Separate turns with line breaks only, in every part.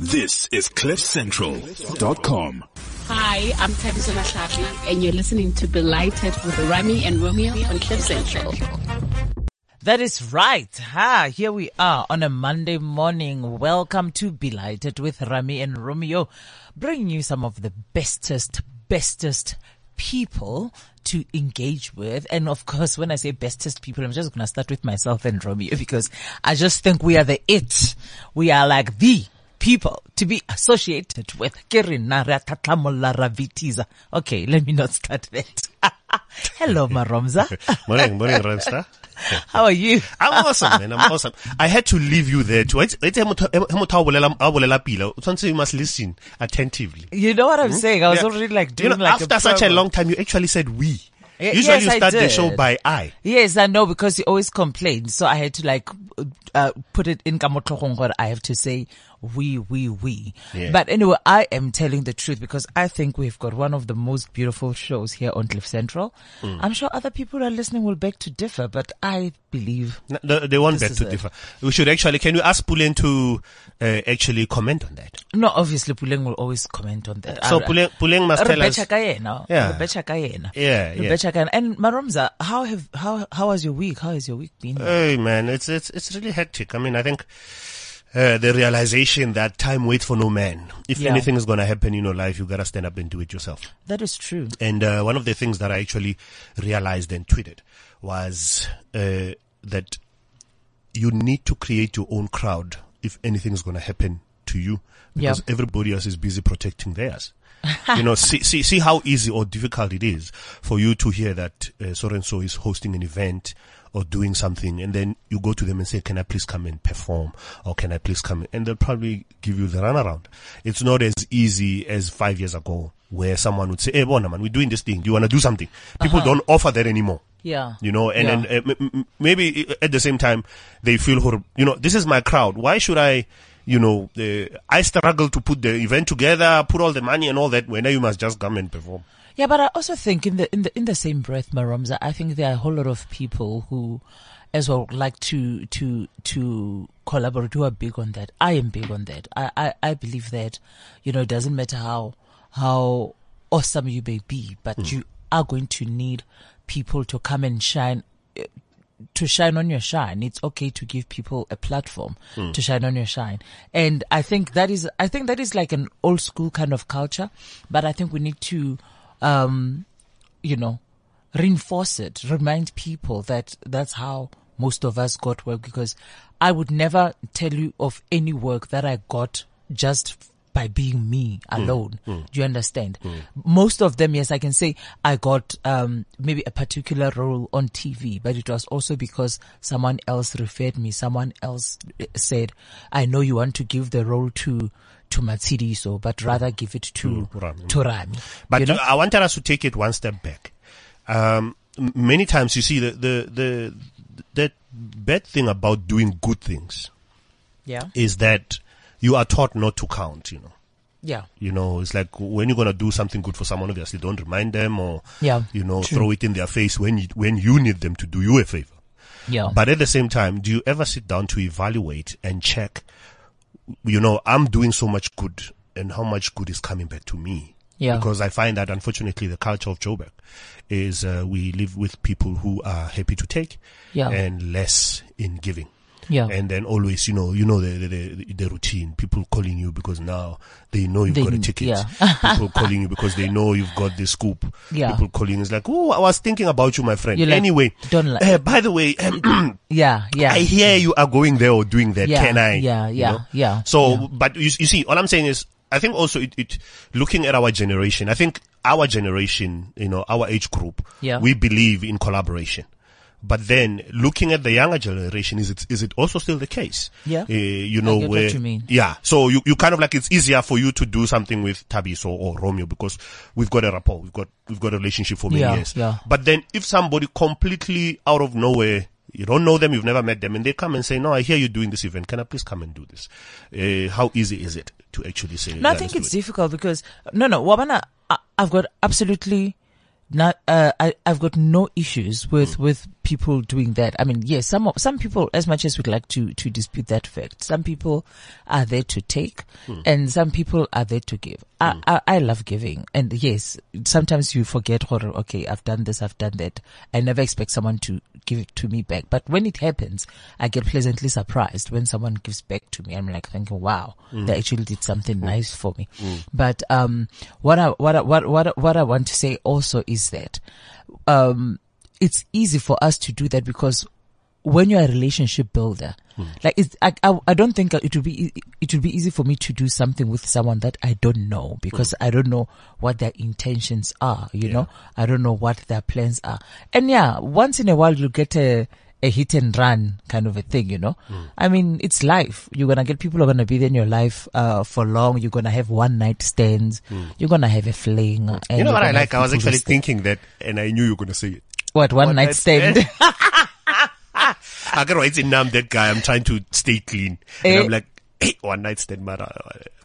This is CliffCentral.com.
Hi, I'm Tabitha Nashabi, and you're listening to Belighted with Rami and Romeo on Cliff Central.
That is right. Ha, here we are on a Monday morning. Welcome to Belighted with Rami and Romeo, bringing you some of the bestest, bestest people to engage with. And of course, when I say bestest people, I'm just going to start with myself and Romeo because I just think we are the it. We are like the people to be associated with. Kirinara Tatlamolara Vitiza. Okay, let me not start that. Hello, Maromza.
Morning, morning, Ramstar.
How are you?
I'm awesome, man. I'm awesome. I had to leave you there too. It's, it's, hemo- hemo- hemo- tha o bolela- a bolela pila, tshwantse you must listen attentively.
You know what I'm saying? I was
Hmm? Yeah.
already like
You
doing
know,
like
after such a
promo.
long time, you actually said we.
Ye-
Usually
yes,
you
I
start the
did.
show by I.
Yes, I know because he always complained, so I had to like uh, put it in kamotlogong what I have to say we we we.
Yeah.
But anyway, I am telling the truth because I think we've got one of the most beautiful shows here on Cliff Central.
Hmm.
I'm sure other people who are listening will beg to differ, but I believe
No, They they won't
This
beg
is
to
it.
differ. We should actually, can you ask Pulen to uh, actually comment on that?
no. Obviously, Puleng will always comment on that.
So
I-
Puleng, Puleng must tell us.
Rebecca Kayena.
Yeah.
Rebecca Kayena.
Yeah, yeah.
Rebecca Kayena. And Maromza, how have how how has your week? How has your week been?
Hey man, it's it's it's really hectic. I mean, I think uh, the realization that time waits for no man. If
Yeah.
anything is gonna happen in your life, you gotta stand up and do it yourself.
that is true.
And uh, one of the things that I actually realized and tweeted was uh, that you need to create your own crowd if anything's going to happen to you because everybody else is busy protecting theirs. you know, see, see, see how easy or difficult it is for you to hear that uh, so and so is hosting an event or doing something, and then you go to them and say, "Can I please come and perform?" or "Can I please come?" and they'll probably give you the runaround. It's not as easy as five years ago, where someone would say, "Hey, Bona, man, we're doing this thing. Do you want to do something?" People don't offer that anymore.
Yeah.
You know, and
Yeah.
then uh, m- m- maybe at the same time they feel, hor- you know, this is my crowd. Why should I, you know, uh, I struggle to put the event together, put all the money and all that. When you must just come and perform.
Yeah, but I also think in the in the in the same breath, Maromza, I think there are a whole lot of people who as well would like to to to collaborate who are big on that. I am big on that. I, I, I believe that, you know, it doesn't matter how how awesome you may be, but
Hmm.
you are going to need people to come and shine eh, to shine on your shine. It's okay to give people a platform to shine on your shine. And I think that is, I think that is like an old school kind of culture, but I think we need to, um, you know, reinforce it, remind people that that's how most of us got work because I would never tell you of any work that I got just f- by being me
Hmm.
alone. Do you understand? Most of them, yes, I can say I got, um, maybe a particular role on TV, but it was also because someone else referred me. Someone else eh, said, I know you want to give the role to, to Matsidiso, but rather give it to,
To Hmm. Rami.
to Rami.
But
You know?
I wanted us to take it one step back. Um, m- many times you see the, the, the, the bad thing about doing good things
Yeah.
is that you are taught not to count, you know.
Yeah.
You know, it's like when you're gonna do something good for someone, obviously don't remind them or
Yeah,
you know
true.
throw it in their face when you, when you need them to do you a favor.
Yeah.
But at the same time, do you ever sit down to evaluate and check? You know, I'm doing so much good, and how much good is coming back to me?
Yeah.
Because I find that unfortunately the culture of Joburg is uh, we live with people who are happy to take,
Yeah.
and less in giving.
yeah.
And then always, you know, you know the, the the the routine. People calling you because now they know you've
They-
got a ticket.
yeah.
People calling you because they know you've got the scoop.
Yeah.
People calling is like, oh, I was thinking about you, my friend.
You're like,
anyway,
don't like-
uh, by the way,
yeah. Yeah. Mm.
I hear you are going there or doing that.
Yeah,
Can I?
yeah,
you
yeah,
know?
yeah,
So,
yeah.
but you, you see, all I'm saying is, I think also it, it, looking at our generation, I think our generation, you know, our age group,
Yeah.
we believe in collaboration. But then looking at the younger generation, is it, is it also still the case?
Yeah.
Uh, you know,
get what
where,
you mean.
yeah. So you, you kind of like, it's easier for you to do something with Tabiso or Romeo because we've got a rapport. We've got, we've got a relationship for many
Yeah,
years.
yeah.
But then if somebody completely out of nowhere, you don't know them, you've never met them, and they come and say, no, I hear you doing this event. Can I please come and do this? Uh, how easy is it to actually say?
No, I
"Yeah,
think
let's
it's
do it."
difficult because no, no, Wabana,
Mm.
I, I've got absolutely not. Uh, I, I've got no issues with with people doing that. I mean, yes, some some people, as much as we'd like to to dispute that fact, some people are there to take,
Mm.
and some people are there to give. I, I I love giving, and yes, sometimes you forget, "Hold on, okay, I've done this, I've done that. I never expect someone to give it to me back, but when it happens, I get pleasantly surprised when someone gives back to me. I'm like thinking, wow, they actually did something nice for me. But um, what I what I, what what I- what I want to say also is that um, it's easy for us to do that because when you're a relationship builder,
Hmm.
like it's, I, I, I don't think it would be, e- it would be easy for me to do something with someone that I don't know because
Hmm.
I don't know what their intentions are, you know, I don't know what their plans are. And yeah, once in a while you get a, a hit and run kind of a thing, you know?
Hmm.
I mean, it's life. You're gonna get people who are gonna be there in your life, uh, for long. You're gonna have one night stands. You're gonna have a fling. and
Hmm. You know
you're
what I
gonna
like?
have
I was
people who
actually
stay-
thinking that, and I knew you were going to say it.
What, one, night,
night
stand?
I got right in numb that guy. I'm trying to stay clean. And
Eh.
I'm like, hey, one night stand matter.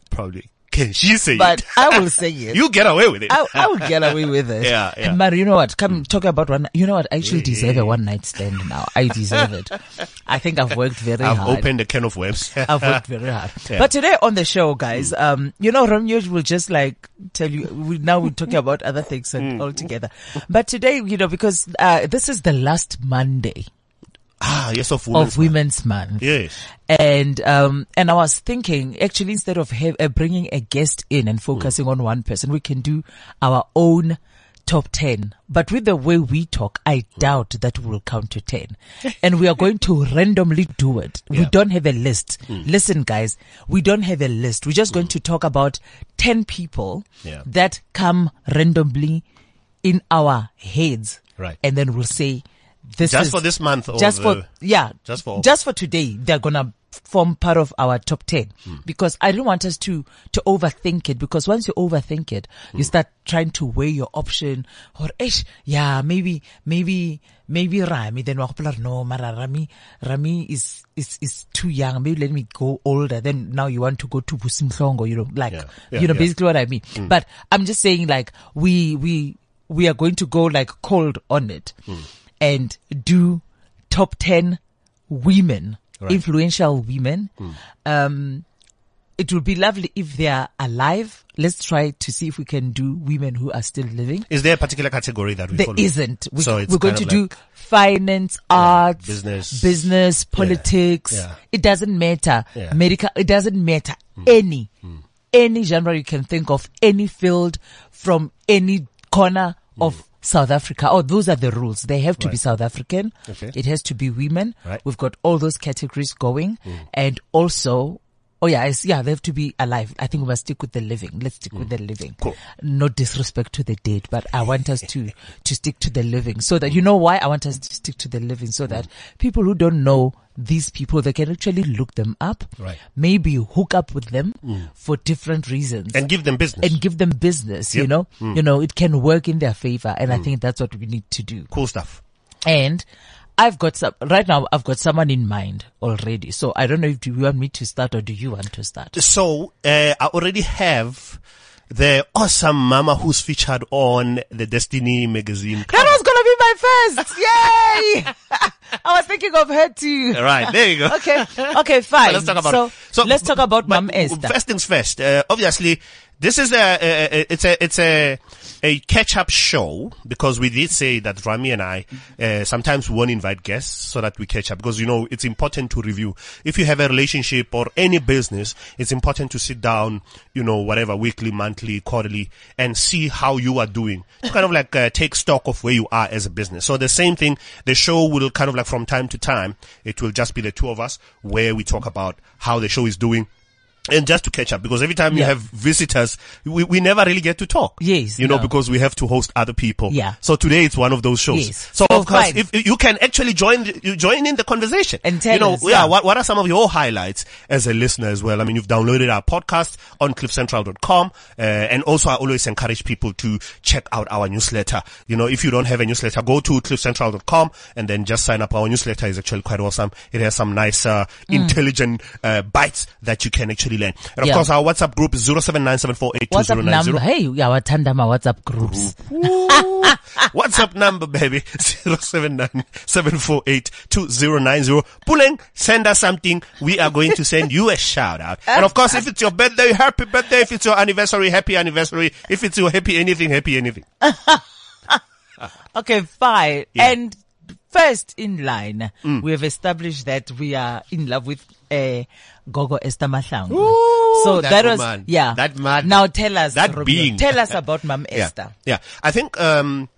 Probably. Can she say
but
it?
I will say it.
you get away with it.
I, I will get away with it.
Yeah, yeah.
And Mario, you know what? Come talk about one. You know what? I actually deserve a one night stand now. I deserve it. I think I've worked very
I've
hard.
opened a can of worms.
I've worked very hard. But today on the show, guys, um, you know, Romeo will just like tell you, we, now we're talking about other things
Mm.
and altogether. But today, you know, because, uh, this is the last Monday
ah, yes, of women.
of Women's Month.
Yes.
And um and I was thinking actually instead of have, uh, bringing a guest in and focusing on one person, we can do our own top 10. But with the way we talk, I doubt that we will count to 10. And we are going to randomly do it. We don't have a list.
Hmm.
Listen guys, we don't have a list. We're just going to talk about 10 people
Yeah.
that come randomly in our heads.
Right.
And then we'll say this
Just
is-
for this month or
just for
the-
yeah.
Just for-
just for today, they're gonna form part of our top ten
Hmm.
because I don't want us to to overthink it because once you overthink it,
Hmm.
you start trying to weigh your option or ish, yeah, maybe maybe maybe Rami. Then we're like, no, Mara Rami Rami is is is too young. Maybe let me go older. Then now you want to go to Busimhlongo, you know, like
Yeah. Yeah,
you know,
yeah. Mm.
basically what I mean. But I'm just saying like we we we are going to go like cold on it
Mm.
and do top 10 women, influential women.
Mm.
Um, it would be lovely if they are alive. Let's try to see if we can do women who are still living.
Is there a particular category that we
There
follow?
isn't. We,
So it's
we're going to
kind of
do finance, arts,
business.
business, politics.
Yeah.
It doesn't matter.
Yeah.
Medical. It doesn't matter.
Hmm.
Any, any genre you can think of, any field from any corner
Hmm.
of South Africa. Oh, those are the rules. They have to be South African.
Okay.
It has to be women.
Right. Hmm.
We've got all those categories going, and also. Oh yeah, it's, yeah, they have to be alive. I think we must stick with the living. Let's stick with the living.
Hmm. Cool.
No disrespect to the dead, but I want us to, to stick to the living so that you know why I want us to stick to the living
Hmm.
so that people who don't know these people, they can actually look them up.
Right. Hmm.
Maybe hook up with them for different reasons
and give them business.
and give them business, you
Yep. Hmm.
know, you know, it can work in their favor. And I think that's what we need to do.
cool stuff.
And I've got some, right now I've got someone in mind already. So I don't know if do you want me to start or do you want to start?
So uh, I already have the awesome mama who's featured on the Destiny magazine.
That was gonna be my first. Yay! I was thinking of her too.
right there you go.
Okay. Okay. Fine.
So let's talk about
so, let's talk about
but
Mom Esther.
First things first. Uh, obviously, this is a, a, a- it's a it's a a catch up show because we did say that Rami and I uh, sometimes we won't invite guests so that we catch up because you know it's important to review. If you have a relationship or any business, it's important to sit down, you know, whatever weekly, monthly, quarterly, and see how you are doing. To kind of like uh, take stock of where you are as a business. So the same thing. The show will kind of like from time to time, it will just be the two of us where we talk about how the show is doing. And just to catch up, because every time you
Yeah.
have visitors, we, we never really get to talk.
Yes,
You know,
no.
because we have to host other people.
Yeah.
So today it's one of those shows.
Yes.
So,
So
of course,
fine.
if if you can actually join, the- you join in the conversation.
And tell
You know,
us,
yeah,
yeah.
what, what are some of your highlights as a listener as well? I mean, you've downloaded our podcast on cliffcentral.com. Uh, and also I always encourage people to check out our newsletter. You know, if you don't have a newsletter, go to cliffcentral.com and then just sign up.
Hmm.
Our newsletter is actually quite awesome. It has some nice, uh, intelligent, uh, bites that you can actually Land. And of
Yeah.
course, our WhatsApp group is 0797482090.
WhatsApp number. Hey, uyawatanda ma WhatsApp groups.
WhatsApp number, baby. 0797482090. Puleng, send us something. We are going to send you a shout out. And of course, if it's your birthday, happy birthday. If it's your anniversary, happy anniversary. If it's your happy anything, happy anything.
Okay, fine.
Yeah. Mm.
And first in line, we have established that we are in love with uh, Gogo Esther Mahlangu.
Ooh,
so
that
that, was
woman.
yeah.
That man.
Now tell us,
That
Romeo,
being.
tell us about Mom Esther.
Yeah, yeah. I think um,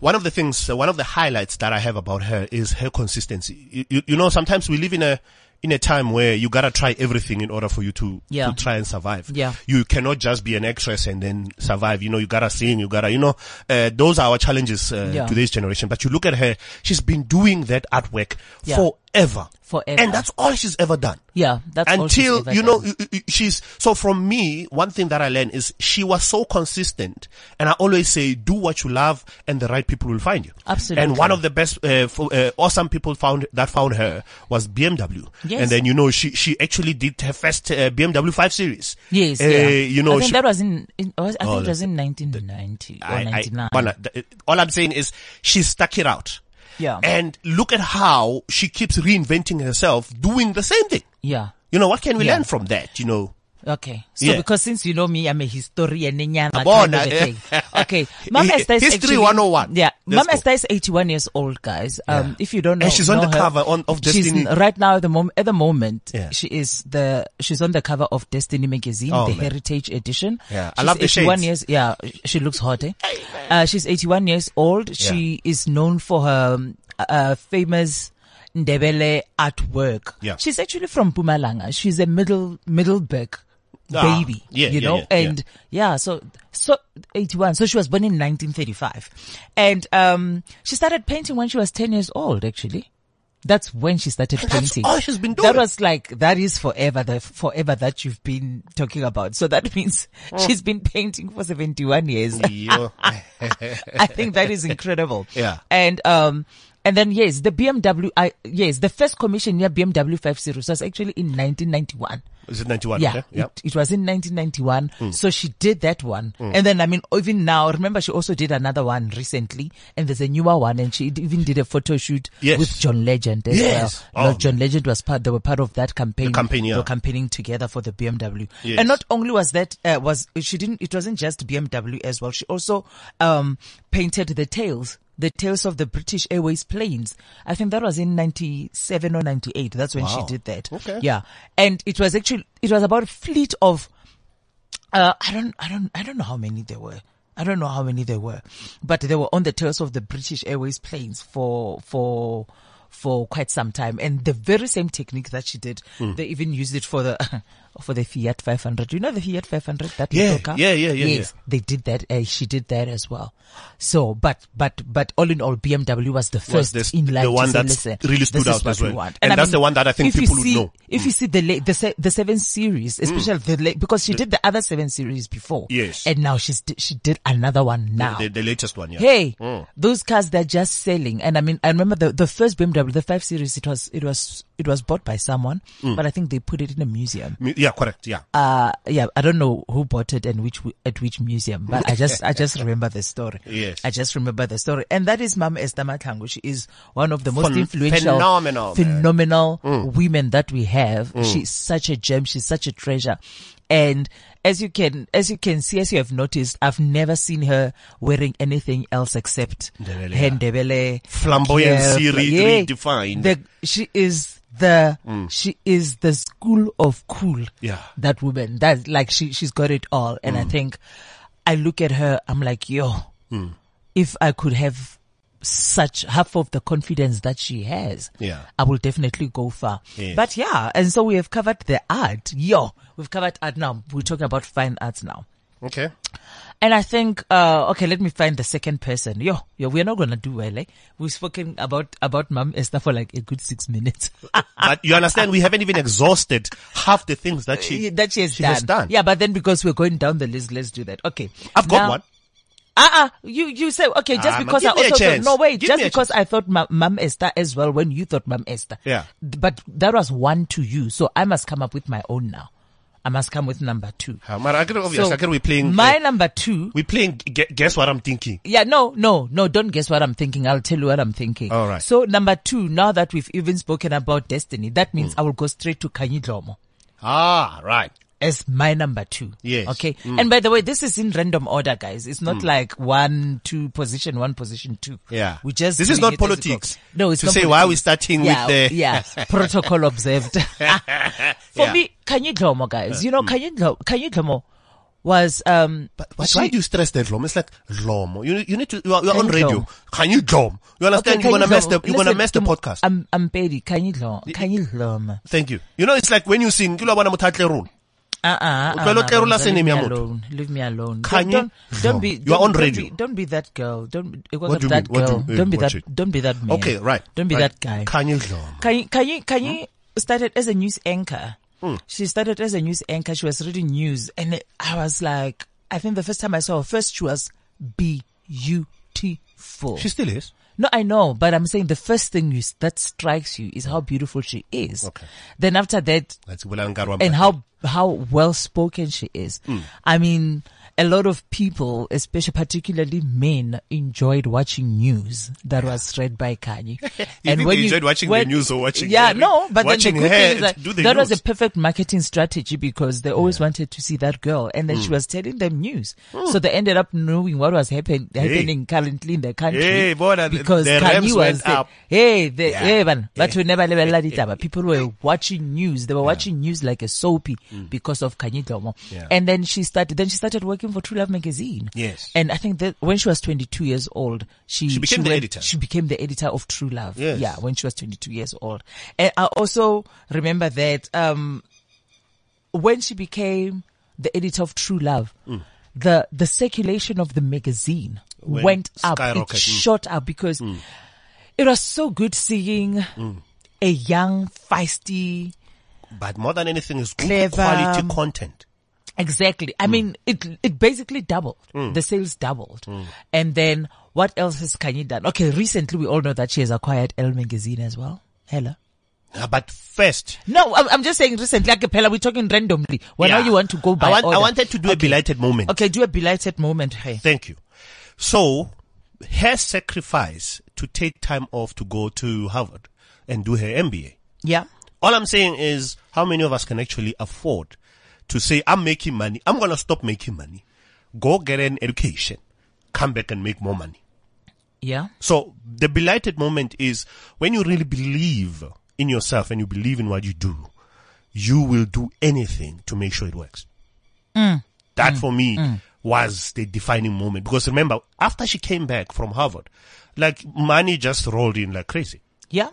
one of the things, uh, one of the highlights that I have about her is her consistency. You, you, you know, sometimes we live in a in a time where you gotta try everything in order for you to,
Yeah.
to try and survive.
Yeah.
You cannot just be an actress and then survive. You know, you gotta sing, you gotta, you know, uh, those are our challenges uh,
Yeah.
to this generation. But you look at her, she's been doing that artwork
Yeah.
forever.
Forever.
And that's all she's ever done
Yeah, that's all she's
until
ever
you know
done.
y- y- she's so from me one thing that i learned is she was so consistent and i always say do what you love and the right people will find you
Absolutely.
and one of the best uh, for, uh, awesome people found that found her was bmw
Yes.
and then you know she she actually did her first uh, bmw 5 series
Yes,
Uh,
yeah.
you know
I think
she-
that was in. in I was- I
Oh,
think it was
the-
in 1990 or
I- I-
99.
Bana, th- all I'm saying is she stuck it out.
Yeah.
And look at how she keeps reinventing herself doing the same thing.
yeah.
You know, what can we
Yeah.
learn from that? You know,
Okay. So
Yeah.
because since you know me, I'm a historian. Nyana,
Abona,
kind of a
eh.
thing. Okay. Mom
Hi-
Esther is
History
actually-
101.
Yeah.
Let's
Mom
go.
Esther is 81 years old, guys. Um,
Yeah.
if you don't know.
And she's on
know
the
her,
cover on- of
she's
Destiny.
n- right now at the moment, at the moment,
Yeah.
she is the, she's on the cover of Destiny magazine,
Oh,
the
man.
heritage edition.
Yeah. I
She's
love the
81
shades.
years. Yeah. She looks hot, eh? Uh, she's 81 years old. She is known for her, um, uh, famous, Ndebele artwork.
Yeah.
She's actually from Pumalanga. She's a middle, Middleburg
Ah,
baby.
yeah,
you
yeah,
know,
yeah, yeah.
and yeah. so so 81. So she was born in 1935, and um, she started painting when she was 10 years old. Actually, that's when she started painting.
all she's been
That
doing.
was like that is forever the forever that you've been talking about. So that means
Mm.
she's been painting for 71 years.
Yo.
I think that is incredible.
Yeah.
And um and then yes, the BMW I yes, the first commission near BMW 5 Series was actually in 1991.
Is it 91?
Yeah,
Okay. Hmm. Yeah.
It, it was in 1991. So she did that one.
Hmm.
And then, I mean, even now, remember she also did another one recently and there's a newer one and she d- even did a photo shoot
Yes.
with John Legend as
Yes.
well. No,
Oh,
John Legend was part, they were part of that campaign.
The campaign, yeah.
They were campaigning together for the BMW.
Yes.
And not only was that, uh, was, she didn't, it wasn't just BMW as well. She also, um, painted the tails. The tails of the British Airways planes. I think that was in 97 or 98. That's when
Wow.
she did that.
Okay.
Yeah. And it was actually, it was about a fleet of uh, I don't, I don't, I don't know how many there were. I don't know how many there were, but they were on the tails of the British Airways planes for, for, for quite some time. And the very same technique that she did,
Hmm.
they even used it for the, for the Fiat 500. You know the Fiat 500, that
Yeah,
little car?
yeah, yeah, yeah,
Yes, they did that. Uh, she did that as well. So, but, but, but all in all, BMW was the first
this-
in line
the
to
one
say,
that's
"Listen,
really stood
this is
out
what
as
we
well."
want."
And that's the one that I think
if you
people would
see-
know. Mm.
if you see the la- the se- the seven series, especially the la- because she did the other seven series before,
Yes.
and now she's di- she did another one now.
The, the latest one, yeah. Mm.
Hey, those cars they're just selling, and I mean, I remember the, the first BMW, the five series. It was it was it was bought by someone,
Mm.
but I think they put it in a museum.
Me- Yeah, correct. Yeah.
Uh, yeah, I don't know who bought it and which w- at which museum, but I just I just remember the story.
Yes.
I just remember the story, and that is Mama Esther Matango. She is one of the most
Phen-
influential,
phenomenal, man. Mm.
phenomenal women that we have. She's such a gem. She's such a treasure. And as you can, as you can see, as you have noticed, I've never seen her wearing anything else except
Ndebele.
her Ndebele
Flamboyancy
yeah,
re-
yeah.
redefined. Mm.
The- she is the she is the school of cool.
Yeah. Mm.
that woman. That like she she's got it all. And I think I look at her. I'm like, yo,
Mm.
if I could have such half of the confidence that she has,
Yeah.
I will definitely go far.
Yes.
But yeah, and so we have covered the art. Yo, we've covered art now. We're talking about fine arts now.
Okay.
And I think, uh, okay, let me find the second person. Yo, yo, we're not gonna do well, eh? We've spoken about, about Mom Esther for like a good six minutes.
But you understand, we haven't even exhausted half the things that she,
that she has
she
done.
has done.
Yeah, but then because we're going down the list, let's do that. Okay.
I've got
Now-
one.
Uh-uh. You, you say, okay, just
Ah, man,
because I
give me a
also, thought,
chance.
no, wait,
Give
just
me a
because I thought Ma- Mom Esther as well when you thought Mom Esther.
Yeah.
But that was one to you. So I must come up with my own now. I must come with number two.
Uh, Mara, I can, obviously, I
So
can, we're playing,
my
uh,
number two.
we're playing, gu- guess what I'm thinking.
Yeah, no, no, no, don't guess what I'm thinking. I'll tell you what I'm thinking.
All right.
So number two, now that we've even spoken about destiny, that
Mm.
means I will go straight to Kanyidlomo
Ah, right.
as my number two.
Yes. Mm.
Okay. And by the way, this is in random order, guys. It's not like one, two position, one position, two.
Yeah.
We just.
This is
doing
not
it as it
politics.
goes. No, it's
To
not
say why
politics.
we're starting
yeah,
with the-
yeah protocol observed. For me, Kanyidlomo, guys, you know,
Mm.
Kanyidlomo, Kanyidlomo was um.
But, but
she-
why do you stress that lom? It's like lom. You, you need to. You are, you are
Can
on
you
radio.
lom?
Can you lom? You understand?
Okay,
you're gonna
Kanyidlomo,
mess the. You're gonna
listen,
mess the
um,
podcast.
I'm I'm Betty. Kanyidlomo, Kanyidlomo.
Thank you. You know, it's like when you sing. You know, when I'm rule.
Uh-uh, uh-uh,
Utlwela
Mama,
utlwela
leave me
senemi ya motho.
alone. Leave me alone.
Kanye
Don't, don't be.
Dlomo. You are
don't-
on
don't
radio.
be- Don't be that girl. Don't be,
What do you
that
mean? What do
girl.
you- eh,
don't be
watch
that.
it.
Don't be that man.
Okay, right.
Don't be
right.
that guy.
Can Hmm? you lom?
Kanye, Kanye, Kanye started as a news anchor.
Hmm.
She started as a news anchor. She was reading news, and it- I was like, I think the first time I saw her, first she was beautiful.
She still is.
No, I know, but I'm saying the first thing you, s- that strikes you is how beautiful she is.
Okay.
Then after that,
That's well, I'm Garwa
and
Mbatha.
how how well spoken she is.
Hmm.
I mean, a lot of people, especially particularly men, enjoyed watching news that was read by Kanye.
You think they enjoyed watching the news or watching
Yeah,
her?
no, but
Watching
then the good
her
thing is that,
do the
that was
news.
a perfect marketing strategy because they always wanted to see that girl, and then she
Hmm.
was telling them news, so they ended up knowing what was happen, happening currently in the country.
Hey, bona, the-
because
the
Kanye
rams
was
went
there.
up.
Hey, the,
Yeah.
hey, man, but we never never let it happen. People were watching news. They were watching news like a soapy because of Kanye Domo.
Mm. Yeah.
And then she started, then she started working for True Love magazine.
Yes.
And I think that when she was 22 years old, she,
She became the
went-
editor.
She became the editor of True Love.
Yes.
Yeah. When she was 22 years old. And I also remember that, um, when she became the editor of True Love,
Mm.
the, the circulation of the magazine
Went
went, up. It
skyrocket. Mm. Mm.
shot up because it was so good seeing a young, feisty,
But more than anything, is good
Clever. um,
quality content.
Exactly.
Mm.
I mean, it it basically doubled. The sales doubled.
Mm.
And then what else has Kanye done? Okay, recently we all know that she has acquired Elle magazine as well. Hello.
Ah, But first,
No, I'm, I'm just saying recently, like Pella, we're talking randomly. Well,
yeah.
now you want to go by
I, want, I
order.
wanted to do a belated moment.
Okay, do a belated moment. Hey.
Thank you. So, her sacrifice to take time off to go to Harvard and do her MBA.
Yeah.
All I'm saying is, how many of us can actually afford to say, I'm making money. I'm going to stop making money. Go get an education. Come back and make more money.
Yeah.
So the belated moment is when you really believe in yourself and you believe in what you do, you will do anything to make sure it works. That for me was the defining moment because remember, after she came back from Harvard, like money just rolled in like crazy.
Yeah,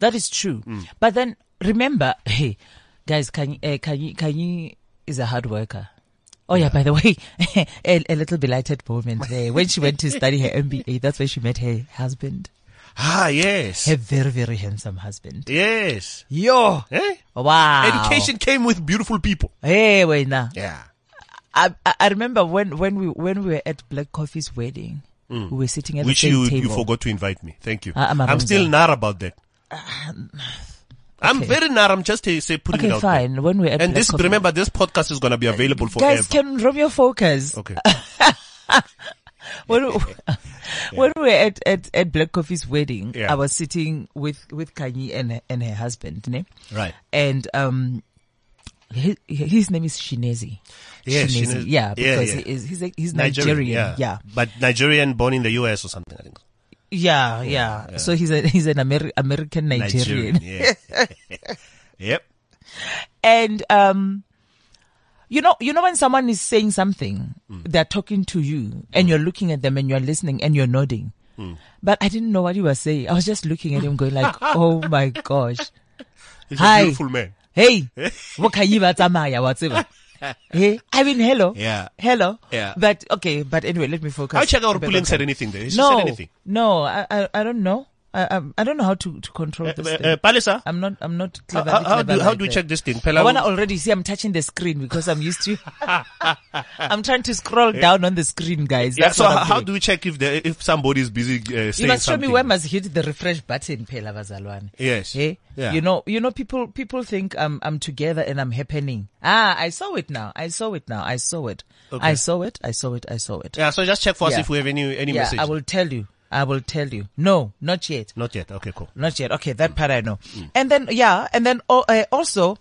that is true.
Mm.
But then remember, hey, guys, Kanye, uh, Kanye, Kanye is a hard worker. Oh yeah, by the way, a, a little belated moment there. When she went to study her MBA, that's where she met her husband,
Ah, yes.
her very, very handsome husband.
Yes.
Yo,
Eh?
wow.
Education came with beautiful people.
Hey, wait now.
Yeah.
I, I I remember when, when we, when we were at Black Coffee's wedding, we were sitting at
Mm. Which
the same
you,
table.
you forgot to invite me. Thank you.
Ah, I'm a
I'm still
Ramza.
not about that. I'm
okay.
very not. I'm just uh, say putting it
Okay,
out there.
fine. When we were at
And
Black
this,
Coffee-
remember, this podcast is going to be available forever.
guys, can Romeo focus?
okay.
when, when we were at, at, at Black Coffee's wedding,
Yeah.
I was sitting with, with Kanye and, her- and her husband, ne?
Right.
And, um, his, his name is Shinezi.
Yeah,
Shinezi.
Shine- yeah,
yeah, because
yeah.
He is, he's, a- he's
Nigerian.
Nigerian. yeah.
But Nigerian born in the US or something, I think.
Yeah, yeah. So he's a, he's an Ameri- American Nigerian.
yeah. yep.
And, um, you know, you know when someone is saying something,
Mm.
they're talking to you and you're looking at them and you're listening and you're nodding.
Mm.
But I didn't know what he was saying. I was just looking at him going like, oh my gosh.
He's
Hi.
a beautiful man.
hey bokanyi ba tsamaya wa tseba hey i mean hello
Yeah.
hello
Yeah.
but okay but anyway let me focus
I'll check out
Back
Pulin
on
said
Kanye.
anything there. Has She
no
said anything.
no I, I i don't know i I, I'm- I don't know how to, to control
Uh,
this.
uh,
thing.
uh, Palisa,
I'm not. I'm not
how,
clever.
how, how do,
clever
how
like
do you
that.
check this thing?
I
Pela,
wanna already see. I'm touching the screen because I'm used to. I'm trying to scroll down on the screen, guys.
Eh, yeah,
That's
so
what
how,
I'm
how
doing.
do we check if the, if somebody's busy uh, saying
you must show
something?
me where must hit the refresh button, Pela Bazalwane.
Yes.
Eh?
Yeah.
You know, you know, people, people think I'm, I'm together and I'm happening. Ah, I saw it now. I saw it now. I saw it. I saw it. I saw it. I saw it.
Yeah, so just check for us
Yeah.
if we have any any
Yeah,
message.
I will tell you. I will tell you. No, not yet.
Not yet. Okay, cool.
Not yet. Okay, that part I know. And then yeah, and then oh, uh, also,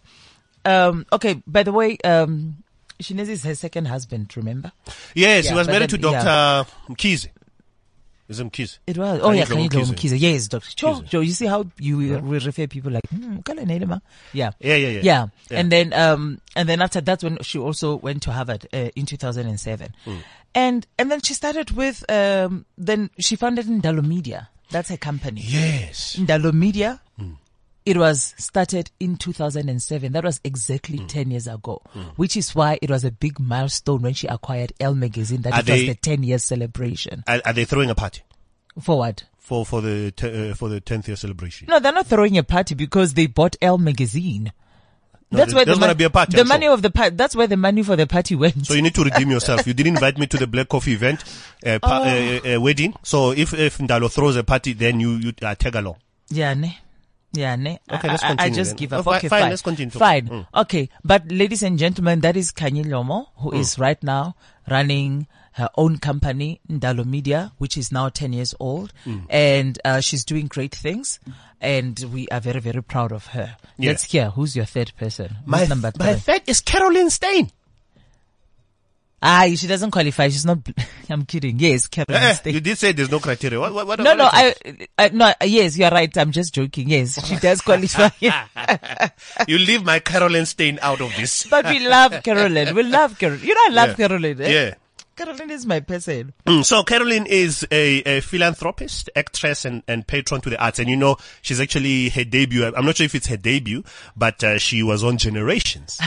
um, okay. By the way, um, Shinezi is her second husband. Remember?
Yes, he
Yeah,
was
but
married to
then-
Doctor Mkize. Is it Mkize?
It was. Oh yeah,
Kanyidlo
Kanyidlo
Mkhize.
Mkhize. Yes, Doctor. Sure, sure. You see how you we refer people like hmm, Ukhala Nelema. yeah.
Yeah, yeah, yeah.
yeah, And then um, and then after that's when she also went to Harvard uh, in 2007, and and then she started with um, then she founded Ndalo Media. That's her company.
Yes.
Ndalo Media.
Hmm.
It was started in 2007. That was exactly
Hmm.
10 years ago, which is why it was a big milestone when she acquired Elle magazine. That
Are
it was
they-
the 10 year celebration.
Are, are they throwing a party
Forward.
for for the te- uh, for the tenth year celebration?
No, they're not throwing a party because they bought Elle magazine. that's
there-
where the
there's gonna be a party,
The
I'm
money
sure.
of the party. That's where the money for the party went.
So you need to redeem yourself. You didn't invite me to the black coffee event, uh, pa-
Oh.
uh, uh, wedding. So if if Ndalo throws a party, then you you uh, tag along.
Yeah, ne. Yeah, ne. I-
Okay, let's
I, I,
continue
just
then.
give
Oh,
up.
fi-
okay,
fine,
fine.
let's continue.
Fine.
Mm. Mm.
Okay. But ladies and gentlemen, that is Kanye Lomo, who is right now running her own company, Ndalo Media, which is now 10 years old.
Mm.
And uh, she's doing great things. And we are very, very proud of her.
Yeah.
Let's hear who's your third person. Who's number
my
three?
third is Caroline Stein.
Ah, she doesn't qualify. She's not. bl- I'm kidding. Yes, Karen.
Eh,
Stein.
you did say there's no criteria. What, what, what,
no,
what
no,
is
I,
it?
I, no, yes, you're right. I'm just joking. Yes, she does qualify.
you leave my Caroline Stein out of this.
But we love Carolyn. We love Carolyn. You know, I love Carolyn. Eh?
Yeah.
Carolyn is my person.
Mm, So Caroline is a, a philanthropist, actress, and, and patron to the arts. And you know, she's actually her debut. I'm not sure if it's her debut, but uh, she was on Generations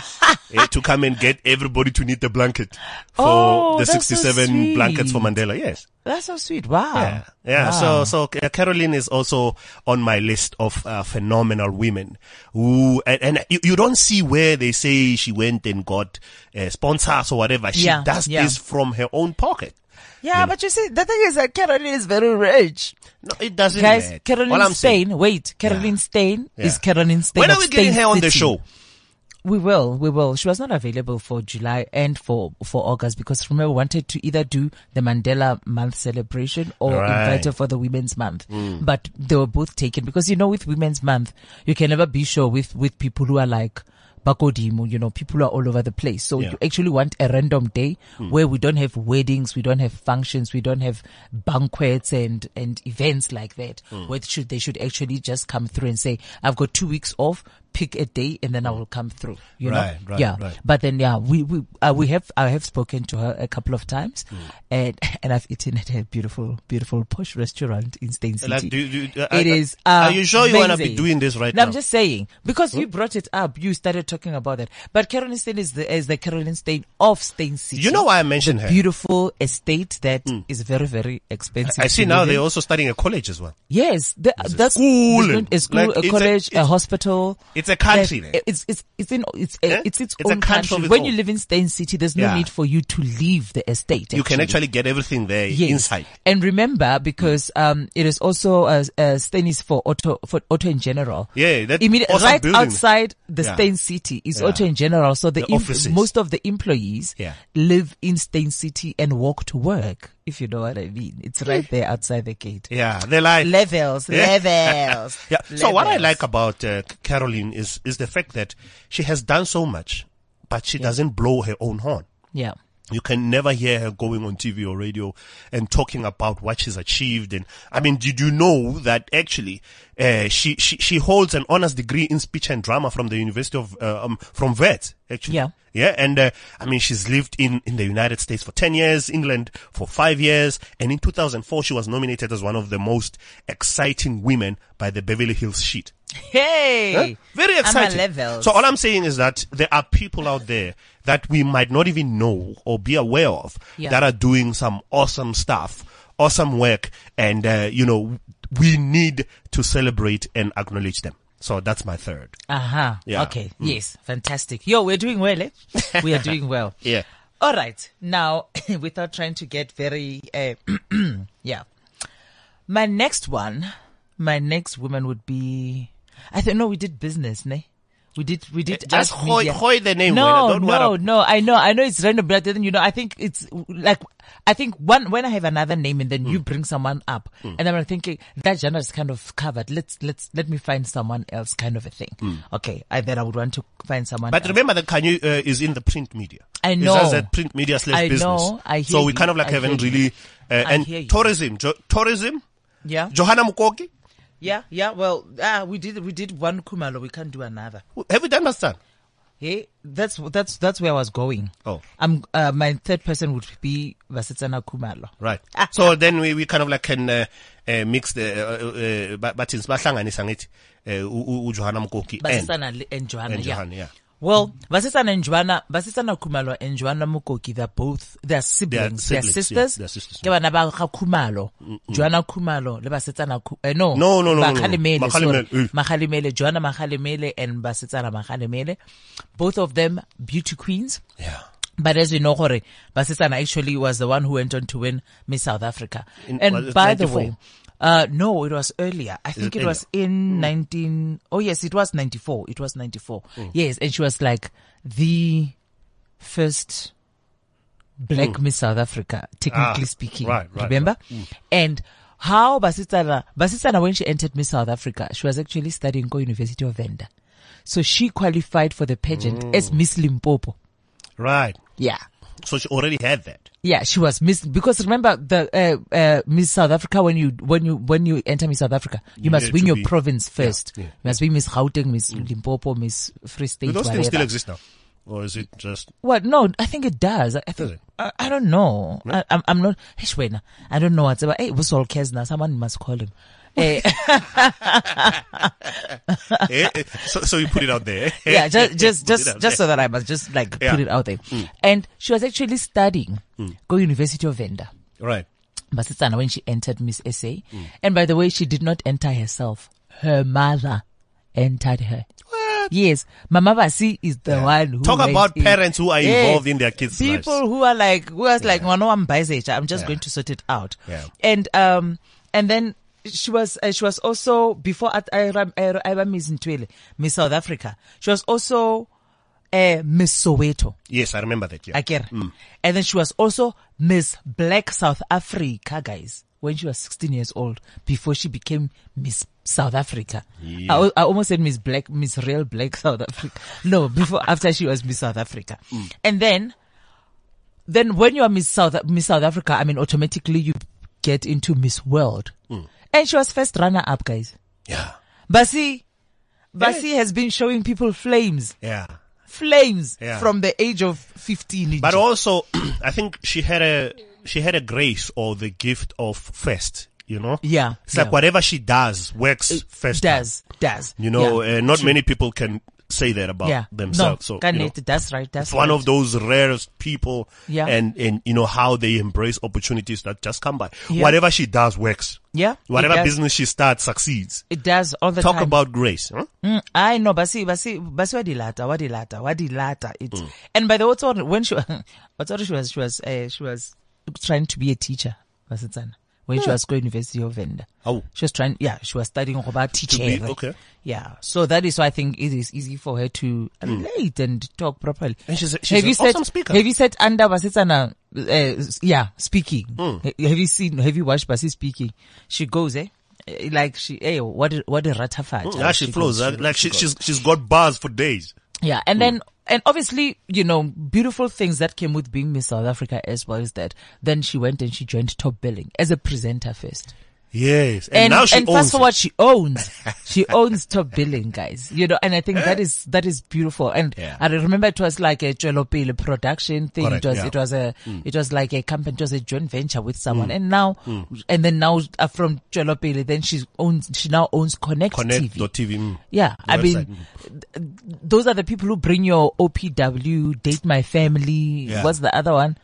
eh, to come and get everybody to need the blanket for
Oh,
the
that's so
67
sweet.
blankets for Mandela. Yes.
That's so sweet. Wow.
Yeah. Yeah.
Wow.
So, so uh, Caroline is also on my list of uh, phenomenal women who, and, and you, you don't see where they say she went and got uh, sponsors or whatever. She
Yeah,
does
yeah.
this from her own pocket.
yeah, but you see, the thing is that Carolyn is very rich.
No, it doesn't.
Guys,
matter. All
Carolyn
I'm saying-
Stein, wait, Carolyn Stein
Yeah.
is Carolyn Stein.
When
of
are we getting
Stein
her on the
City.
show?
We will, we will. She was not available for July and for, for August because remember we wanted to either do the Mandela month celebration or
Right.
invite her for the women's month. But they were both taken because you know, with women's month, you can never be sure with, with people who are like, Bakodimu, you know, people who are all over the place. So
Yeah.
you actually want a random day where we don't have weddings, we don't have functions, we don't have banquets and, and events like that. Where it should, they should actually just come through and say, I've got two weeks off, pick a day and then I will come through you
Right,
know?
right,
yeah.
right.
But then, yeah, we we uh, we have I have spoken to her a couple of times,
Mm.
and and I've eaten at her beautiful beautiful posh restaurant in Stain City.
Like, do you- do you- I-
It
I-
is
Are you sure you wanna be
amazing.
doing this right
no,
now? Hmm?
I'm just saying because you brought it up, you started talking about that. But Carolyn Stain is the is the Carolyn Stain of Stain City.
You know why I mentioned her? Hmm.
Beautiful estate that is very very expensive.
I see
to
now
live
they're
in.
also studying a college as well.
yes the, that's
school.
there's not- a school
Like,
a
it's a-
college a,
it's-
hospital
It's a country
that-
there.
It's it's it's in it's a-
Eh?
it's its,
It's a
own
country
country.
of its
When
own.
you live in Stain City, there's no
Yeah.
need for you to leave the estate.
You can actually get everything there
Yes.
inside. Mm.
And remember, because um, it is also uh, uh, Stain is for auto for auto in general.
Yeah, that
Immediate-
awesome
right
building.
outside the
Yeah.
Stain City is
Yeah.
auto in general. So the,
The
em-
offices.
most of the employees
Yeah.
live in Stain City and walk to work. If you know what I mean, it's right there outside the gate.
Yeah, they're like
Levels,
Yeah.
levels.
yeah. So what I
levels.
like about uh, Caroline is is the fact that she has done so much, but she doesn't blow her own horn.
yeah.
You can never hear her going on TV or radio and talking about what she's achieved. And I mean, did you know that actually uh, she, she she holds an honors degree in speech and drama from the University of uh, um, from VET actually.
Yeah.
Yeah, and uh, I mean, she's lived in, in the United States for 10 years, England for five years, and in 2004, she was nominated as one of the most exciting women by the Beverly Hills Sheet.
Hey,
Huh? Very exciting.
I'm a levels.
So all I'm saying is that there are people out there that we might not even know or be aware of
Yeah.
that are doing some awesome stuff awesome work. And, uh, you know, we need to celebrate and acknowledge them. So that's my third.
Uh-huh.
Yeah. Mm.
Okay. Yes. Fantastic. Yo, we're doing well, eh? we are doing well.
Yeah.
All right. Now, without trying to get very, uh, yeah. My next one, my next woman would be, I think, no, we did business, ne? We did, we did.
Just
ask
hoy,
media.
hoy the name.
No,
Wena. Don't
no,
worry.
no. I know, I know it's random, but then you know, I think it's like, I think one when I have another name and then
Hmm.
you bring someone up, and I'm thinking that genre is kind of covered. Let's let's let me find someone else, kind of a thing. Okay, I then I would want to find someone.
Hmm. But
else.
remember that Kanye uh, is in the print media.
I
It's
know.
just that print media slash
I
business.
know. I
so
hear
we kind
you.
of like
I
haven't
hear you.
really. Uh,
I
and
hear you.
tourism, jo- tourism,
yeah,
Johanna Mukoki.
yeah, yeah. Well, ah, we did we did one Kumalo. We can't do another.
Have you done that, son?
Hey, that's that's that's where I was going.
Oh.
I'm uh, my third person would be Vasetsana Kumalo.
Right.
Ah,
so then we, we kind of like can uh, uh, mix the uh, uh, uh, buttons. bahlanganisa ngithi, uh, u- u- uJohana Mukoki and
Vasetsana and Johanna.
and
yeah.
Johanna, yeah.
Well, Vasetsana and Joanna, Vasetsana Kumalo and Joanna Mukoki, they're both, they're siblings, they're,
siblings, yeah,
sisters.
they're sisters,
Ke bana ba ga Khumalo, Joanna Kumalo, le Vasetsana, Khu- eh, no,
No, no, no, no, no.
Makgalemele, sorry.
Makgalemele, eh.
Makgalemele, Joanna Makgalemele and Vasetsana Makgalemele. Both of them beauty queens.
Yeah.
But as we know, Hore, Basisana actually was the one who went on to win Miss South Africa.
In-
and
was it
by the
94?
way, uh, no, it was earlier. I think it,
it Hmm.
was in 19, oh yes, it was 94. It was 94.
Hmm.
Yes. And she was like the first black Miss South Africa, technically
Hmm. Ah,
speaking.
right, right, Hmm.
Remember? And how Basitana, Basitana, when she entered Miss South Africa, she was actually studying Go University of Venda. So she qualified for the pageant
Hmm.
as Miss Limpopo.
Right.
Yeah.
So she already had that.
Yeah, she was Miss because remember the uh, uh, Miss South Africa when you when you when you enter Miss South Africa you, must
need
win
to
your
be-
province first.
yeah.
You must be Miss Gauteng, Miss Limpopo, Miss Free State.
Do those things
whatever.
still exist now? Or is it just.
What? No, I think it does. I, I
Does
think,
it?
I, I don't know. I, I'm, I'm not. Eish, wena. I don't know what's about. Hey, what's all cares now? Someone must call him. Eh,
Eh, eh, so, so you put it out there. eh?
yeah, just just
Put it
just
out
just
there.
so that I must just like
Yeah. Mm.
put it out there. And she was actually studying go University of Venda.
Right.
Basitsana when she entered Miss SA. And by the way, she did not enter herself. Her mother entered her.
What?
Yes, Mama Basi is the one who
Talk
went
about
in.
parents who are
Yes.
involved in their kids' lives.
People who are like, who are like, well, no, I'm bisexual. I'm just
Yeah.
going to sort it out.
Yeah.
And um, and then she was uh, she was also before at I ram- I ram- I ram Miss Ntwele, Miss South Africa. She was also uh, Miss Soweto.
Yes, I remember that. Yeah.
Akere.
Mm.
And then she was also Miss Black South Africa, guys, when she was 16 years old, before she became Miss South Africa. I, al- I almost said Miss Black, Miss Real Black South Africa. No, before, after she was Miss South Africa.
Mm.
And then, then when you are Miss South, Miss South Africa, I mean, automatically you get into Miss World.
Mm.
And she was first runner up, guys.
yeah.
Basi, Basi has been showing people flames,
Yeah.
flames
Yeah.
from the age of 15.
But also, I think she had a she had a grace or the gift of first. You know.
Yeah,
It's
yeah.
like whatever she does works first. time.
does does
You know,
yeah.
uh, not many people can say that about
yeah
themselves.
no,
so you know,
Kanete, that's right that's
it's one
right.
of those rarest people.
Yeah.
And and you know how they embrace opportunities that just come by.
Yeah.
Whatever she does works.
yeah it
Whatever
does.
business she starts succeeds.
it does all the
Talk
time
about grace. Huh?
Mm, I know, but see, but see, but see, what the latter, what the latter, what the latter. It
Mm.
and by the way, also, when she, also she was, she was, uh, she was trying to be a teacher, Basitsana, when she was going to University of Venda.
Oh.
she was trying, yeah, she was studying about
be-
teaching.
okay.
yeah. So that is why I think it is easy for her to relate and talk properly.
Hmm. And she's a- she's an awesome speaker.
Have you said under Basitsana? Uh, yeah, speaking.
Hmm.
Ha- Have you seen? Have you watched Basi speaking? She goes, eh. Eh, Like she, hey, what, a- what a ratafat.
Yeah, she, flows.
goes,
uh, like she, she's Hmm. she's got bars for days.
yeah, and then and obviously, you know, beautiful things that came with being Miss South Africa as well is that then she went and she joined Top Billing as a presenter first,
Yes, and,
and
now she
and
owns.
fast forward, she owns, she owns Top Billing, guys. You know, and I think that is that is beautiful. And
Eh? Yeah.
I remember it was like a Jolopele production thing.
Correct,
it was
yeah. Hmm.
it was a it was like a company, it was a joint venture with someone. And now,
Hmm.
and then now uh, from Jolopele, then she owns she now owns Connect, TV.
Connect.tv. mm.
Yeah, I
website. Hmm.
mean, th- those are the people who bring your OPW, date my family.
Yeah.
What's the other one?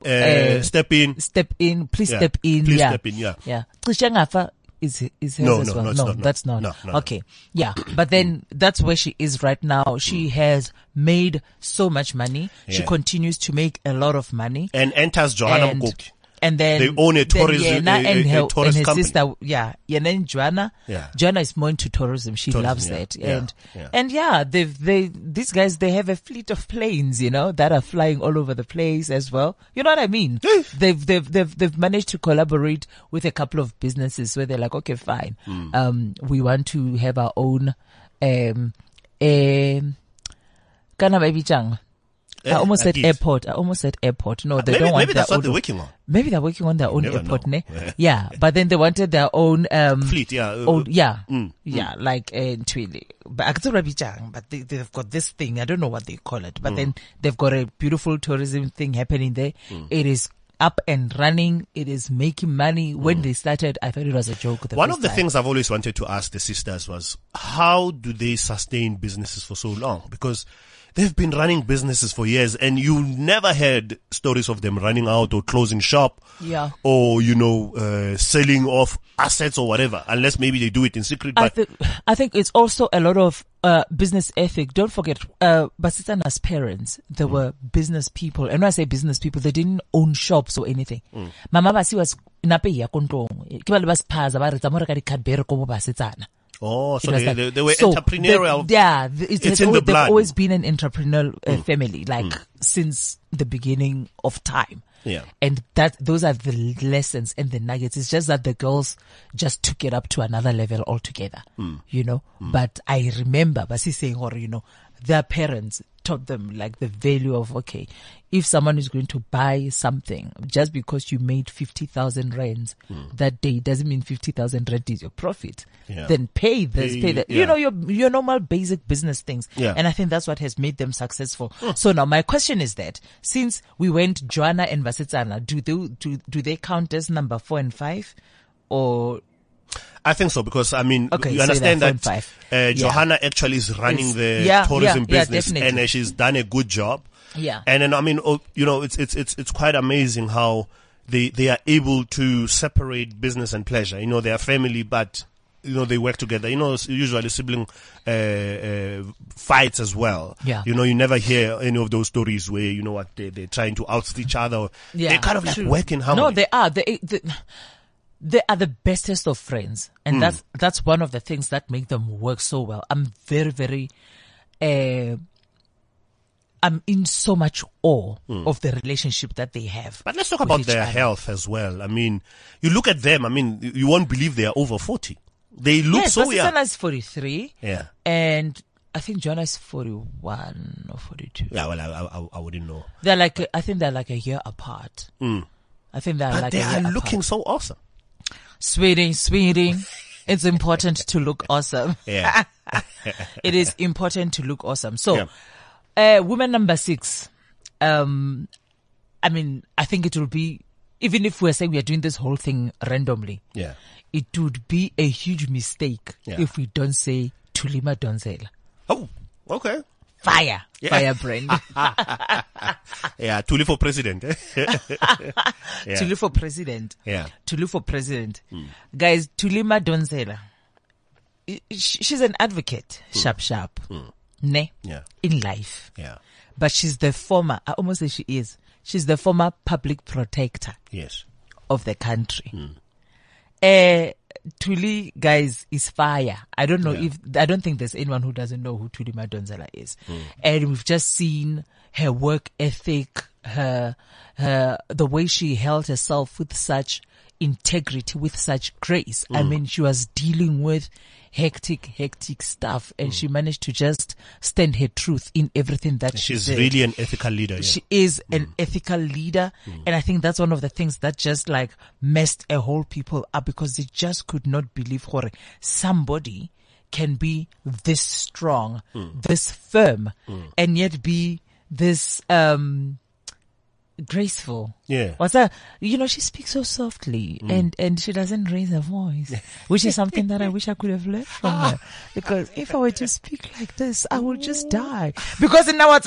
uh, step in.
step in, please
Yeah.
step in.
Please
yeah.
step in, yeah.
Yeah. Cishangafa is is hers
No,
as
no,
well.
no, it's not, no.
that's not.
No, no, no.
okay. Yeah. But then that's where she is right now. She has made so much money. She
Mm. Yeah.
continues to make a lot of money.
and enters Johanna
And,
Mkuki.
and then
They own a
then
tourism-
Yena
a- a-
and
a
her,
tourist
and her
company.
sister, yeah. And then Joanna,
Yeah.
Joanna is more into tourism. She
Tourism,
loves
yeah,
that.
yeah,
And
yeah.
and yeah, they they these guys they have a fleet of planes, you know, that are flying all over the place as well. You know what I mean? they've they've they've they've managed to collaborate with a couple of businesses where they're like, okay, fine,
Hmm.
um, we want to have our own, um, um, Ghana baby Chang. I
Eh,
e almost said
Adit.
airport. I almost said airport. No, they
maybe
don't want
maybe that's
their
what they're
own-
working on.
Maybe they're working on their own
never
airport,
know.
ne? yeah. But then they wanted their own um
Fleet, yeah. uh,
old yeah. yeah, like uh, Twili. But I could be Jang, but they they've got this thing, I don't know what they call it.
Mm.
But then they've got a beautiful tourism thing happening there.
Mm.
It is up and running, it is making money. When they started I thought it was a joke. The
Mm. One
first
of the
time.
things I've always wanted to ask the sisters was how do they sustain businesses for so long? Because they've been running businesses for years and you never heard stories of them running out or closing shop.
Yeah.
Or, you know, uh, selling off assets or whatever, unless maybe they do it in secret.
I
But
think I think it's also a lot of uh, business ethic. Don't forget, uh, Basitana's parents they were business people, and when I say business people, they didn't own shops or anything. Mama Basi was nape ya kontong. Ke ba le ba sephaza, ba re, "Tsamaya re ka di-cardberry ko bo Basetsana."
oh, so
It was
they,
like-
they, they were
so
entrepreneurial.
the- yeah, th- it's,
It's
has
in the
al- they've
blood. Mm.
always been an entrepreneurial uh, family, like since the beginning of time.
Yeah.
and that those are the lessons and the nuggets. It's just that the girls just took it up to another level altogether.
Mm.
You know, but I remember Basi saying, or you know, their parents taught them like the value of okay, if someone is going to buy something just because you made fifty thousand rands that day doesn't mean fifty thousand rand is your profit.
Mm. Yeah.
Then pay the this,
Pay-
pay that.
yeah.
You know, your your normal basic business things.
Yeah. Hmm.
And I think that's what has made them successful. So now my question is that since we went Joanna and Vasitsana, do they do do they count as number four and five? Or
I think so because I mean
Okay,
you
say
understand
that,
that,
four and
uh,
five. Yeah.
Johanna actually is running
It's-
the
yeah,
tourism
yeah, yeah,
business
definitely.
and uh, she's done a good job.
Yeah.
And then I mean oh, you know it's it's it's it's quite amazing how they they are able to separate business and pleasure. You know they are family but you know they work together. You know s- usually sibling uh, uh, fights as well.
Yeah.
You know you never hear any of those stories where you know what they they're trying to oust each other. Or
yeah,
They kind of like
true.
work in harmony.
No, they are they. they they are the bestest of friends, and
Hmm.
that's that's one of the things that make them work so well. I'm very, very uh, I'm in so much awe of the relationship that they have.
Hmm. But let's talk
with
about
each
their
other.
health as well. I mean, you look at them. I mean, you won't believe they are over forty. They look
Yes,
so
Vasitsana
young.
is 43.
Yeah,
And I think Joanna is 41 or 42.
yeah. Well, I, I, I- I wouldn't know.
They're like, I think they're like a year apart. I think they're
Mm. But
like
they
a
are
year
looking
apart.
so awesome.
Sweetie, sweetie, it's important to look awesome.
Yeah.
it is important to look awesome. So, uh, woman number six. Um, I mean, I think it will be, even if we're saying we are doing this whole thing randomly,
Yeah.
it would be a huge mistake
Yeah.
if we don't say Tulima Donzela.
Oh, okay.
Fire, firebrand.
Yeah, to live for president. eh?
to look for president.
Yeah. Hmm.
To look for president. Guys, Tulima Donzela, i- sh- she's an advocate, sharp, sharp. Ne?
Hmm. Yeah.
In life.
yeah.
But she's the former, I almost say she is, she's the former public protector
Yes.
of the country.
Hmm.
Eh, Tuli, guys, is fire. I don't know if, I don't think there's anyone who doesn't know who Tuli Madonzela is.
Hmm.
And we've just seen her work ethic, her, her, the way she held herself with such integrity, with such grace. I
Hmm.
mean, she was dealing with hectic, hectic stuff
Hmm.
and she managed to just stand her truth in everything that she
She's
did
really an ethical leader. yeah. Mm.
she is an ethical leader and i think that's one of the things that just like messed a whole people up because they just could not believe Hore, somebody can be this strong
Mm.
this firm and yet be this um graceful.
Yeah.
What's that? You know, she speaks so softly
Mm.
and, and she doesn't raise her voice, which is something that I wish I could have learned from her. Because if I were to speak like this, I would just die. Because in our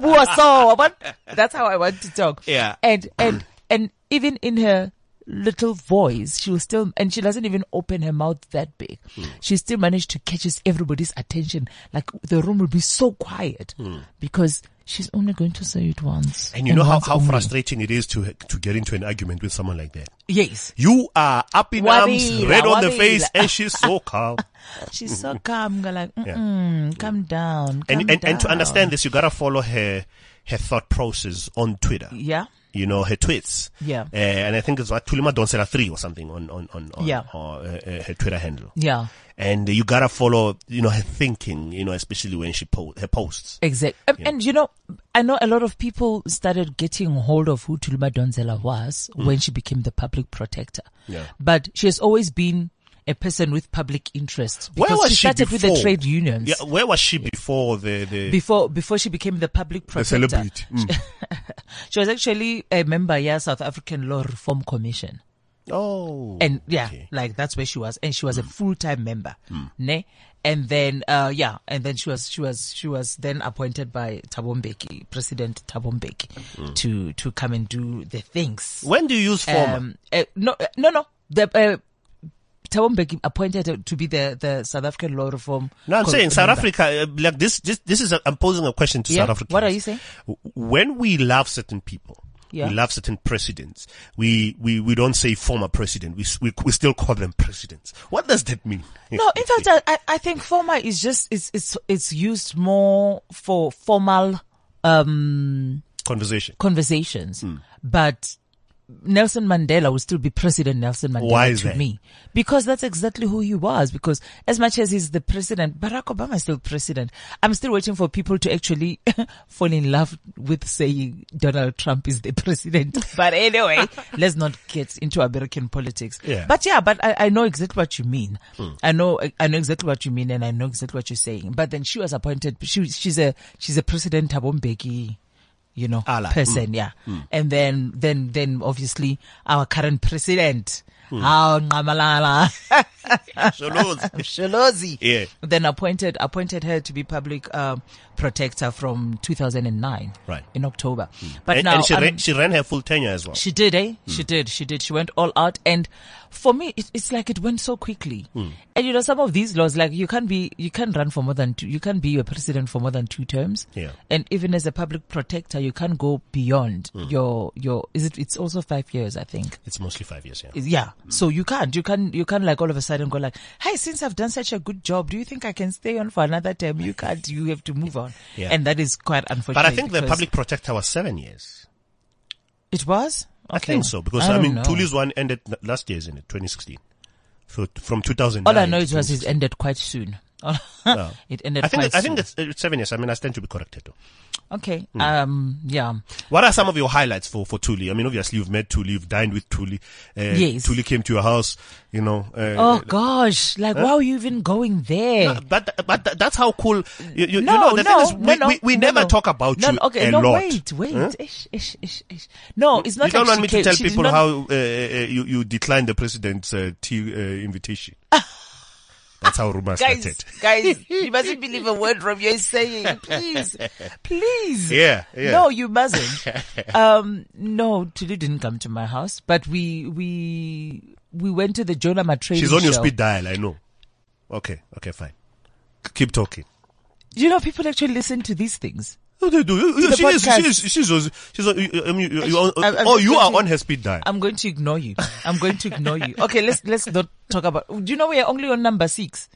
so but that's how I want to talk.
Yeah.
And, and, and even in her little voice, she will still, and she doesn't even open her mouth that big.
Hmm.
She still managed to catches everybody's attention. Like the room will be so quiet because she's only going to say it once.
Hmm. And you know how,
once
how
only.
frustrating it is to to get into an argument with someone like that.
Yes.
You are up in arms,
Wabila,
red on the
wabila.
face, and she's so calm.
She's so calm. You're like, mm calm down. Calm
Mm-hmm. and, and and to
down."
understand this, you gotta follow her her thought process on Twitter.
Yeah.
You know her tweets.
Yeah.
Uh, and I think it's what Tulima Donsela three or something on on on, on
Yeah.
or, uh, uh, her Twitter handle.
Yeah.
And you gotta follow you know her thinking. You know especially when she po- her posts.
Exactly. Um, And you know, I know a lot of people started getting hold of who Tulima Donzela was when she became the public protector.
Mm. Yeah.
But she has always been a person with public interest
Where
because
was
she started with the
before?
trade unions.
Yeah, where was she before the the,
Before before she became the public
the
protector,
celebrity? Mm.
she was actually a member, yeah, South African Law Reform Commission.
Oh,
and yeah, like that's where she was, and she was
Hmm.
a full time member, ne? And then, uh, yeah, and then she was, she was, she was then appointed by Tabombeki, President Tabombeki,
Hmm.
to to come and do the things.
when do you use former?
Um, uh, no, uh, no, no. The uh, Tabombeki appointed her to be the the South African Law Reform.
No, I'm
Co-
saying South
member.
Africa, uh, like this, this, this is, a, I'm posing a question to
Yeah,
South Africa.
what are you saying?
When we love certain people,
Yeah.
we love certain presidents, we, we, we don't say former president, we, s- we, we still call them presidents. What does that mean?
No, in fact, I- I, I think formal is just it's it's it's used more for formal. Um,
Conversation.
conversations,
Hmm.
but Nelson Mandela will still be President Nelson Mandela
Why is
to
that?
me because that's exactly who he was. Because as much as he's the president, Barack Obama is still president. I'm still waiting for people to actually fall in love with saying Donald Trump is the president. But anyway, let's not get into American politics.
Yeah. Hmm.
But yeah, but I, I know exactly what you mean. I know I know exactly what you mean, and I know exactly what you're saying. But then she was appointed. She she's a she's a president Tabombeki you know,
Allah.
person, yeah. And then, then, then obviously our current president, how Ngamalala
Shalozi.
Shalozi,
Yeah.
then appointed, appointed her to be public, um, protector from 2009.
Right. Mm.
In October. But
and,
now.
and she,
um,
ran, she ran her full tenure as well.
she did, eh?
Hmm.
She did. She did. She went all out. And for me, it, it's like it went so quickly.
Hmm.
And you know, some of these laws, like you can't be, you can't run for more than two, you can't be a president for more than two terms.
Yeah.
And even as a public protector, you can't go beyond
Hmm.
your, your, is it, it's also five years, I think.
it's mostly five years, yeah.
Is- Yeah. So you can't, you can't, you can't like all of a sudden go like, hey, since I've done such a good job, do you think I can stay on for another term? You can't, you have to move on.
Yeah.
And that is quite unfortunate.
But I think the
because
public protector was seven years.
It was?
I think so, because I,
don't
mean,
know.
Tuli's one ended n- last year, isn't it? 2016. So t- from 2009.
All I know it
to
was it ended quite soon. it ended
I think,
quite
I think
soon.
Hmm. it's, it's seven years. I mean, I stand to be corrected. Though.
Okay. Um. Yeah.
What are some of your highlights for, for Thule? I mean, obviously you've met Thule, you've dined with Thule. Uh,
Yes.
Thule came to your house, you know. Uh,
Oh gosh! Like, why are you even going there?
But, but th- that's how cool. You, you,
no,
you know, the
no,
thing is, we,
no, no,
we, we
no,
never
no.
talk about
no,
you
no, okay,
a
no,
lot.
Wait, wait. Ish, ish, ish, ish. No, it's not.
you don't
like
want
she came-
me to tell
she did
people
not-
how uh, uh, you, you declined the president's uh, tea uh, invitation. That's how rumors
Guys,
started.
guys, you mustn't believe a word Rob you're saying. Please, please.
Yeah, yeah.
No, you mustn't. um, no, Tulu didn't come to my house, but we we we went to the Jonah Matrade.
She's on your
show.
speed dial, I know. Okay, okay, fine. Keep talking.
You know, people actually listen to these things.
No, they do. You- you-
the
She is, she
podcast.
is, she's, on- she's, on- you- um, you- you- you on-
I'm- I'm
oh, you are
thinking-
on her speed dial.
I'm going to ignore you. I'm going to ignore you. Okay, let's let's not talk about. Do you know we are only on number six?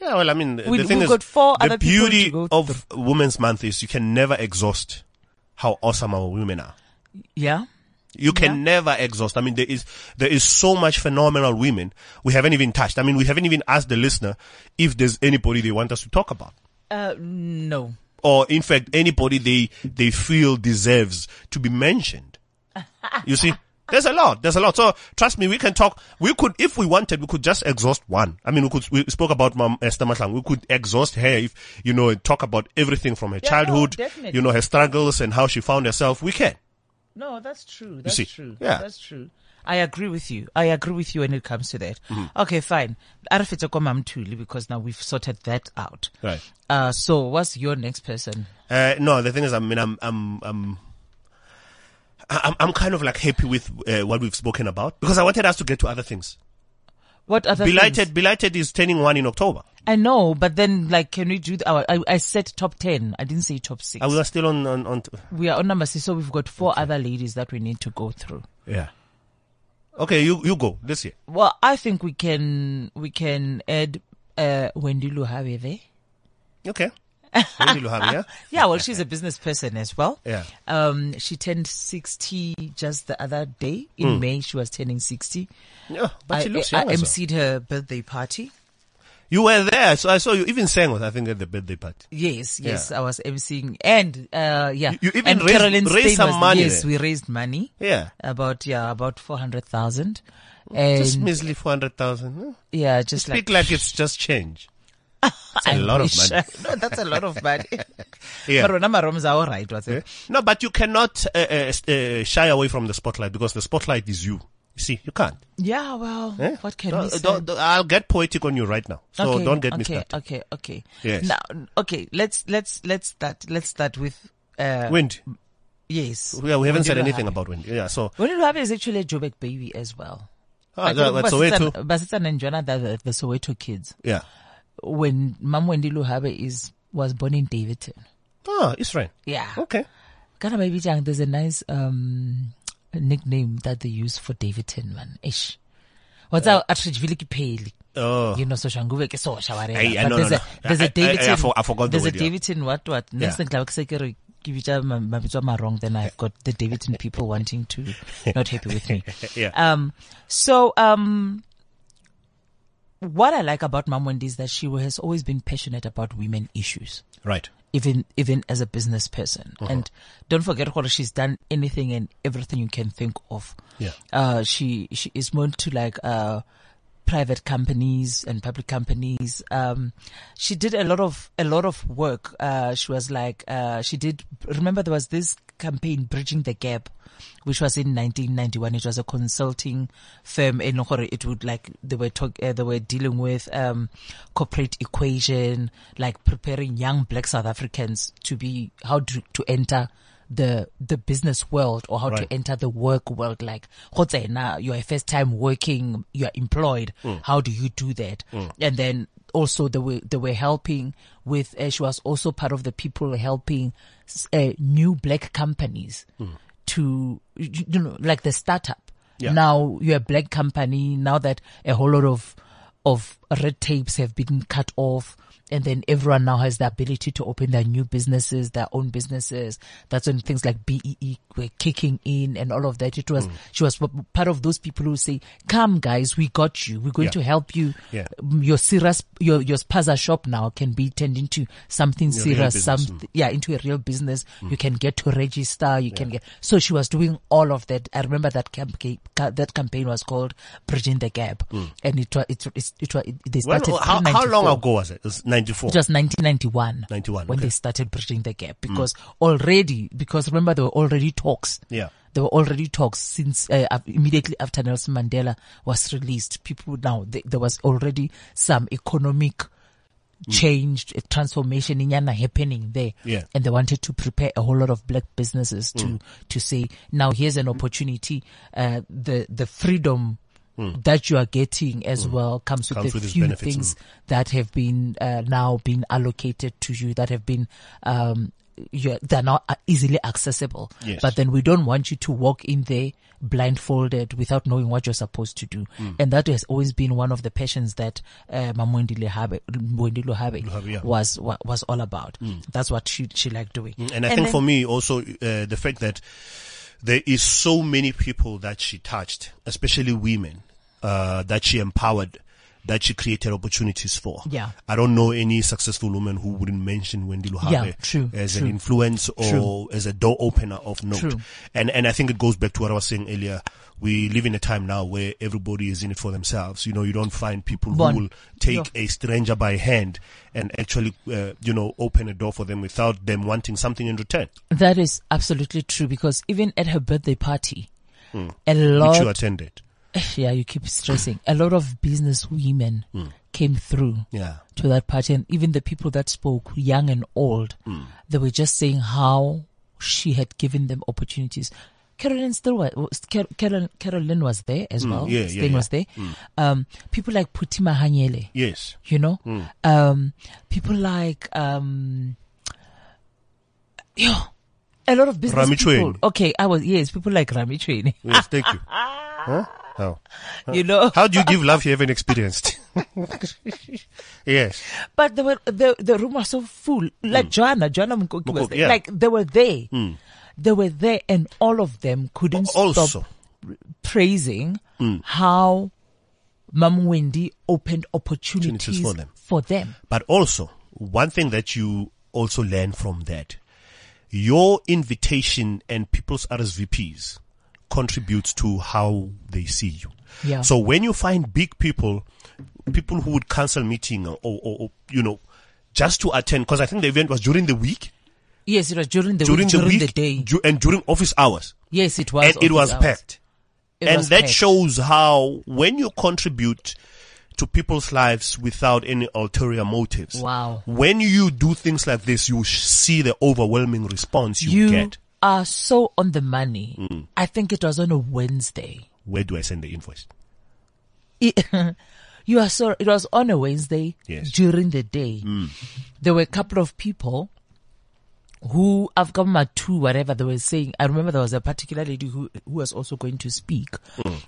Yeah, well, I mean,
We-
the thing
we've
is,
got four
the
other people
beauty
to go
of Women's Month is you can never exhaust how awesome our women are.
Yeah.
You can never exhaust. I mean, there is, there is so much phenomenal women we haven't even touched. I mean, we haven't even asked the listener if there's anybody they want us to talk about.
Uh, no.
Or in fact, anybody they, they feel deserves to be mentioned. You see? There's a lot. There's a lot. So trust me, we can talk. We could, if we wanted, we could just exhaust one. I mean, we could. We spoke about Mom Esther Mahlang. We could exhaust her, if you know, and talk about everything from her
Yeah, no,
childhood,
definitely.
you know, her struggles and how she found herself. We can.
No, that's true. That's
see?
true.
Yeah.
That's true. I agree with you. I agree with you when it comes to that.
Mm-hmm.
Okay, fine. Arafita Mtuli, because now we've sorted that out.
Right.
Uh, so what's your next person?
Uh, no, the thing is, I mean, I'm, I'm, I'm, I'm, I'm kind of like happy with uh, what we've spoken about because I wanted us to get to other things.
What other
Belighted,
things?
Belighted is turning one in October.
I know, but then like, can we do th- our, I, I said top 10. I didn't say top six.
And we are still on, on, on.
we are on number six. So we've got four other ladies that we need to go through.
Yeah. Okay, you, you go this year.
Well, I think we can, we can add, uh, Wendy Luhaveve.
Okay. Wendy Luhavi, yeah?
Yeah, well, she's a business person as well.
Yeah.
Um, she turned 60 just the other day. In May, she was turning 60.
Yeah, Hmm. but she looks
I,
young
I
as well.
emceed her birthday party.
You were there, so I saw you even sang with, I think, at the birthday party.
Yes, yes,
Yeah.
I was emceeing. And, uh, yeah.
You- you even
and
raised-
Carolyn
raised some
Stamos,
money
Yes,
there.
we raised money.
Yeah. Hmm.
About, yeah, about 400,000. And
Just measly 400,000. huh?
yeah, just
Speak
like,
like it's just change. It's a
I
lot of
wish-
money.
no, that's a lot of money.
Yeah. Eh?
But Rona Marom's all right, was it?
No, but you cannot uh, uh, s- uh, shy away from the spotlight because the spotlight is you. You see, you can't.
Yeah, well,
eh?
what can we
Don't-
say?
don't- don't- I'll get poetic on you right now. So don't get
okay,
me started.
Okay, okay.
Yes.
Now, okay, let's let's let's start let's start with uh
Wind.
yes.
Yeah, we haven't said
Wendigo
anything
Habi.
about wind. Yeah, so.
Wendigo Habi is actually a Jobek baby as well.
Ah, yeah, that's Soweto.
Basita and Jonah, they're the, the Soweto kids.
Yeah.
When Mam Wendy Luhabe is was born in Davidton.
Ah, Israel.
Yeah.
Okay.
Ghana baby Jang, there's a nice um nickname that they use for Davidton man. Ish. What's our Atrich Viliki Paley?
Uh, Oh.
you know so shanguve ke sosha whatever
Aye, I
but
know,
there's
no,
a
no.
there's
I-
a
I-
davidson
I- I for- I forgot the
there's
word,
a
yeah.
davidson what what next
Yeah.
thing like say ke re ke bitsa ma- mabitso a marong then i've got the davidson people wanting to not happy with me
Yeah.
um so um what i like about mam wendy is that she has always been passionate about women issues
Right.
even even as a business person. And don't forget, Hola, she's done anything and everything you can think of.
Yeah.
Uh, she she is known to like uh, private companies and public companies. Um, she did a lot of a lot of work. Uh, she was like uh, she did. Remember, there was this campaign bridging the gap which was in 1991 it was a consulting firm in Lahore. it would like they were talk, uh, they were dealing with um corporate equation like preparing young black south africans to be how to, to enter the the business world or how
Right.
to enter the work world like now you're a first time working you're employed
Mm.
how do you do that and then also they were they were helping with uh, she was also part of the people helping s- uh, new black companies to you you know like the startup
Mm. Yeah.
now you're a black company now that a whole lot of of red tapes have been cut off and then everyone now has the ability to open their new businesses, their own businesses. That's when things like BEE were kicking in and all of that. It
Mm.
was, she was p- part of those people who say, come guys, we got you. We're going
Yeah.
to help you.
Yeah.
Um, Your serious, your, your spaza shop now can be turned into something
Your real
serious,
business,
something, yeah, into a real business.
Mm.
You can get to register. You can get, so she was doing all of that. I remember that campaign, ca- that campaign was called Bridging the Gap. And it was, it, it, it, wa- it, they
When,
started
Mm. how, how long
1994.
ago was it? It was 94.
It was 1991.
91,
When
okay. Mm.
they started bridging the gap because already, because remember there were already talks.
Yeah.
There were already talks since uh, af- immediately after Nelson Mandela was released. People now, th- there was already some economic change, a transformation in Yana happening there.
Mm. Yeah. Mm.
And they wanted to prepare a whole lot of black businesses to, to say, now here's an opportunity. Uh, the, the freedom that you are getting as well comes with
Mm. Comes
the
with its
few
benefits,
things
mm.
that have been uh, now been allocated to you that have been um you they're now uh, easily accessible
Yes.
but then we don't want you to walk in there blindfolded without knowing what you're supposed to do
Mm.
and that has always been one of the passions that uh, Mamwendile Habe, Mwendile Habe
Luhabe, yeah. Mm.
was wa- was all about that's what she she liked doing
And I think
then-
for me also, uh, the fact that there is so many people that she touched, especially women, uh, that she empowered that she created opportunities for.
Yeah.
I don't know any successful woman who wouldn't mention Wendy Luhave
Yeah, true,
as
true.
an influence or
True.
as a door opener of note.
True.
And and I think it goes back to what I was saying earlier. We live in a time now where everybody is in it for themselves. You know, you don't find people
Bon.
who will take
Yeah.
a stranger by hand and actually, uh, you know, open a door for them without them wanting something in return.
That is absolutely true because even at her birthday party, a
Mm. Which you
lot,
attended.
yeah, you keep stressing, a lot of business women
Mm.
came through
Yeah.
to that party and even the people that spoke, young and old,
Hmm.
they were just saying how she had given them opportunities. Caroline still was, was- Car- Carol, Caroline was there as well.
Hmm. yeah, yeah,
Sting
yeah. Hmm.
was there. Um, people like Putima Hanyele
Yes.
you know
Hmm.
um people like um yo a lot of business
Rami
people
Chweni.
okay i was yes people like rami Chweni,
Yes. Thank you. Huh? How?
you know
How do you give love you haven't experienced? yes.
but they were the the room was so full like joanna joanna Mkoki was
Mkoki,
there.
Mm. yeah. Mm.
like they were there they were there and all of them couldn't
Also, Mm.
stop praising how Mom Wendy opened opportunities,
Opportunities for them.
For them.
but also one thing that you also learn from that, your invitation and people's RSVPs contributes to how they see you.
Yeah.
So when you find big people, people who would cancel meeting or, or, or you know, just to attend, because I think the event was during the week,
Yes, it was during the
during,
week, during
the
the
week,
day.
du- and during office hours,
yes, it was.
and it
office
was
hours.
packed.
It
and
was
that
packed.
shows how when you contribute to people's lives without any ulterior motives.
Wow.
When you do things like this, you sh- see the overwhelming response you,
you
get. Mm.
are so on the money. I think it was on a Wednesday.
Where do I send the invoice?
It- you are so. It was on a Wednesday
Yes.
during the day. There were a couple of people who I've got my two whatever they were saying. I remember there was a particular lady who who was also going to speak,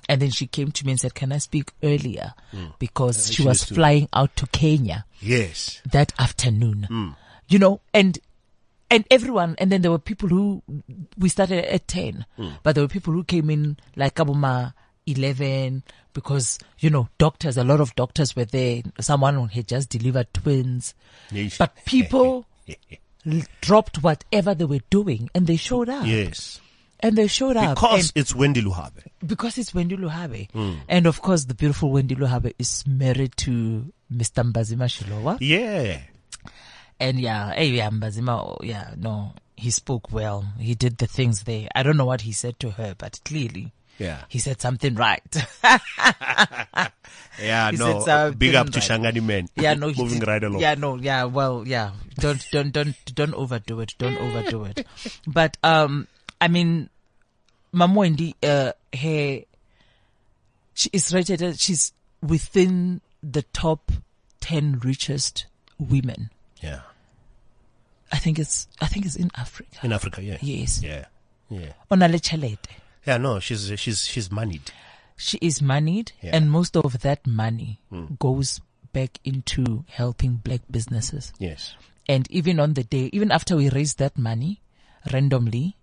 and then she came to me and said, "Can I speak earlier?" Because Mm. she
she
was
used to-
flying out to Kenya.
Yes.
that afternoon. You know, and and everyone, and then there were people who we started at ten, but there were people who came in like Kabuma eleven because you know doctors, a lot of doctors were there. Someone had just delivered twins,
Yes.
but people l- dropped whatever they were doing and they showed up.
Yes.
And they showed up
Because it's Wendy Luhabe.
and- because it's Wendy Luhabe, and of course the beautiful Wendy Luhabe is married to Mr. Mbazima Shilowa.
Yeah.
And yeah, eh, yeah, Mbazima, oh, yeah, no, he spoke well. He did the things there. I don't know what he said to her, but clearly.
Yeah.
He said something right.
Yeah,
He said
no. uh,
something
Big up to
right.
Shangani men.
uh, Yeah, no, he
Moving
did-
right along.
Yeah, no, yeah, well, yeah. Don't, don't, don't, don't overdo it. Don't overdo it. But, um, I mean, Mamoendi, uh, her, she is rated, as- she's within the top 10 richest women.
Yeah.
I think it's, I think it's in Africa.
In Africa, yeah.
Yes.
Yeah. Yeah.
Ona le chalete.
Yeah, no, she's, she's, she's moneyed.
she is moneyed
Yeah. Hmm.
and most of that money goes back into helping black businesses.
Yes.
And even on the day, even after we raised that money randomly,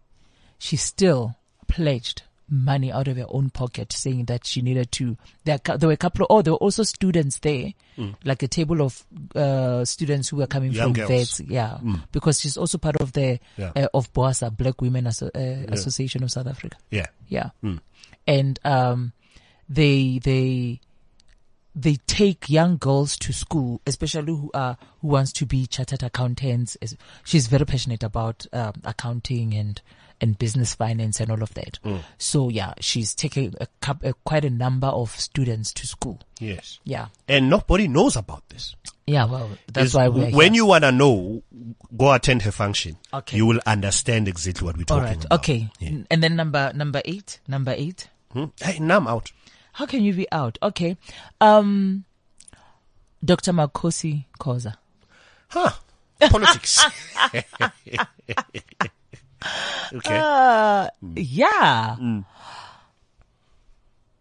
she still pledged money out of her own pocket saying that she needed to, there, are cou- there were a couple of, oh, there were also students there, like a table of, uh, students who were coming
Hmm. Young
from
girls. Hmm.
vets. Yeah. Because she's also part of the,
Yeah.
uh, of BOASA, Black Women Asso- uh, Association of South Africa.
Yeah.
Yeah.
Hmm.
And um, they they they take young girls to school, especially who are who wants to be chartered accountants. As- She's very passionate about um, accounting and and business finance and all of that.
Hmm.
So yeah, she's taking a, cou- a quite a number of students to school.
Yes.
Yeah.
And nobody knows about this.
Yeah, well, that's
is
why we're
when
here.
you wanna know, go attend her function.
Okay.
You will understand exactly what we're
all
talking
right,
about.
okay,
Yeah.
N- and then number number eight, number eight.
Hmm? Hey, now I'm out.
How can you be out? Okay, um, Dr. Makosi Koza.
Huh? Politics. okay.
Uh, yeah.
Mm.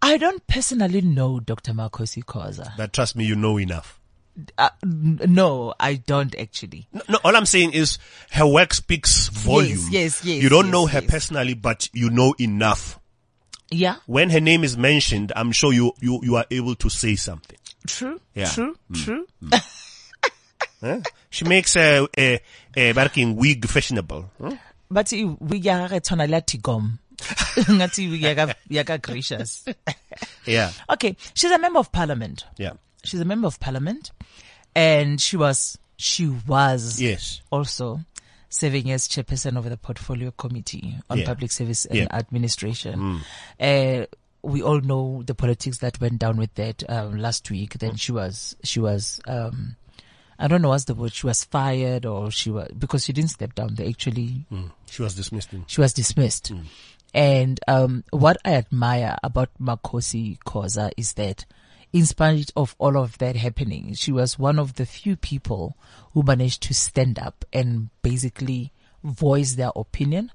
I don't personally know Dr. Makosi Koza.
but trust me, you know enough.
Uh, n- no, I don't actually.
No, no, all I'm saying is her work speaks volume.
yes, yes,
You don't
yes,
know her
yes.
personally, but you know enough.
Yeah.
When her name is mentioned, I'm sure you, you, you are able to say something.
True.
Yeah. Mm.
True. True.
Huh? She makes a, a, a barking wig fashionable. Hmm? Huh?
But we ya gagwe e tshwana le ya Tigom. Ngathi wig ya ka- ya ka gracious.
Yeah.
Okay, she's a member of parliament.
Yeah.
She's a member of parliament, and she was she was
Yes.
also serving as chairperson of the portfolio committee on
Yeah.
public service and
Yeah. Mm.
administration. Uh, we all know the politics that went down with that um, last week. Then she was she was um, I don't know what's the word. She was fired or she was because she didn't step down. They actually
Mm. She was dismissed. In.
she was dismissed. And um, what I admire about Makosi Koza is that, in spite of all of that happening, she was one of the few people who managed to stand up and basically voice their opinion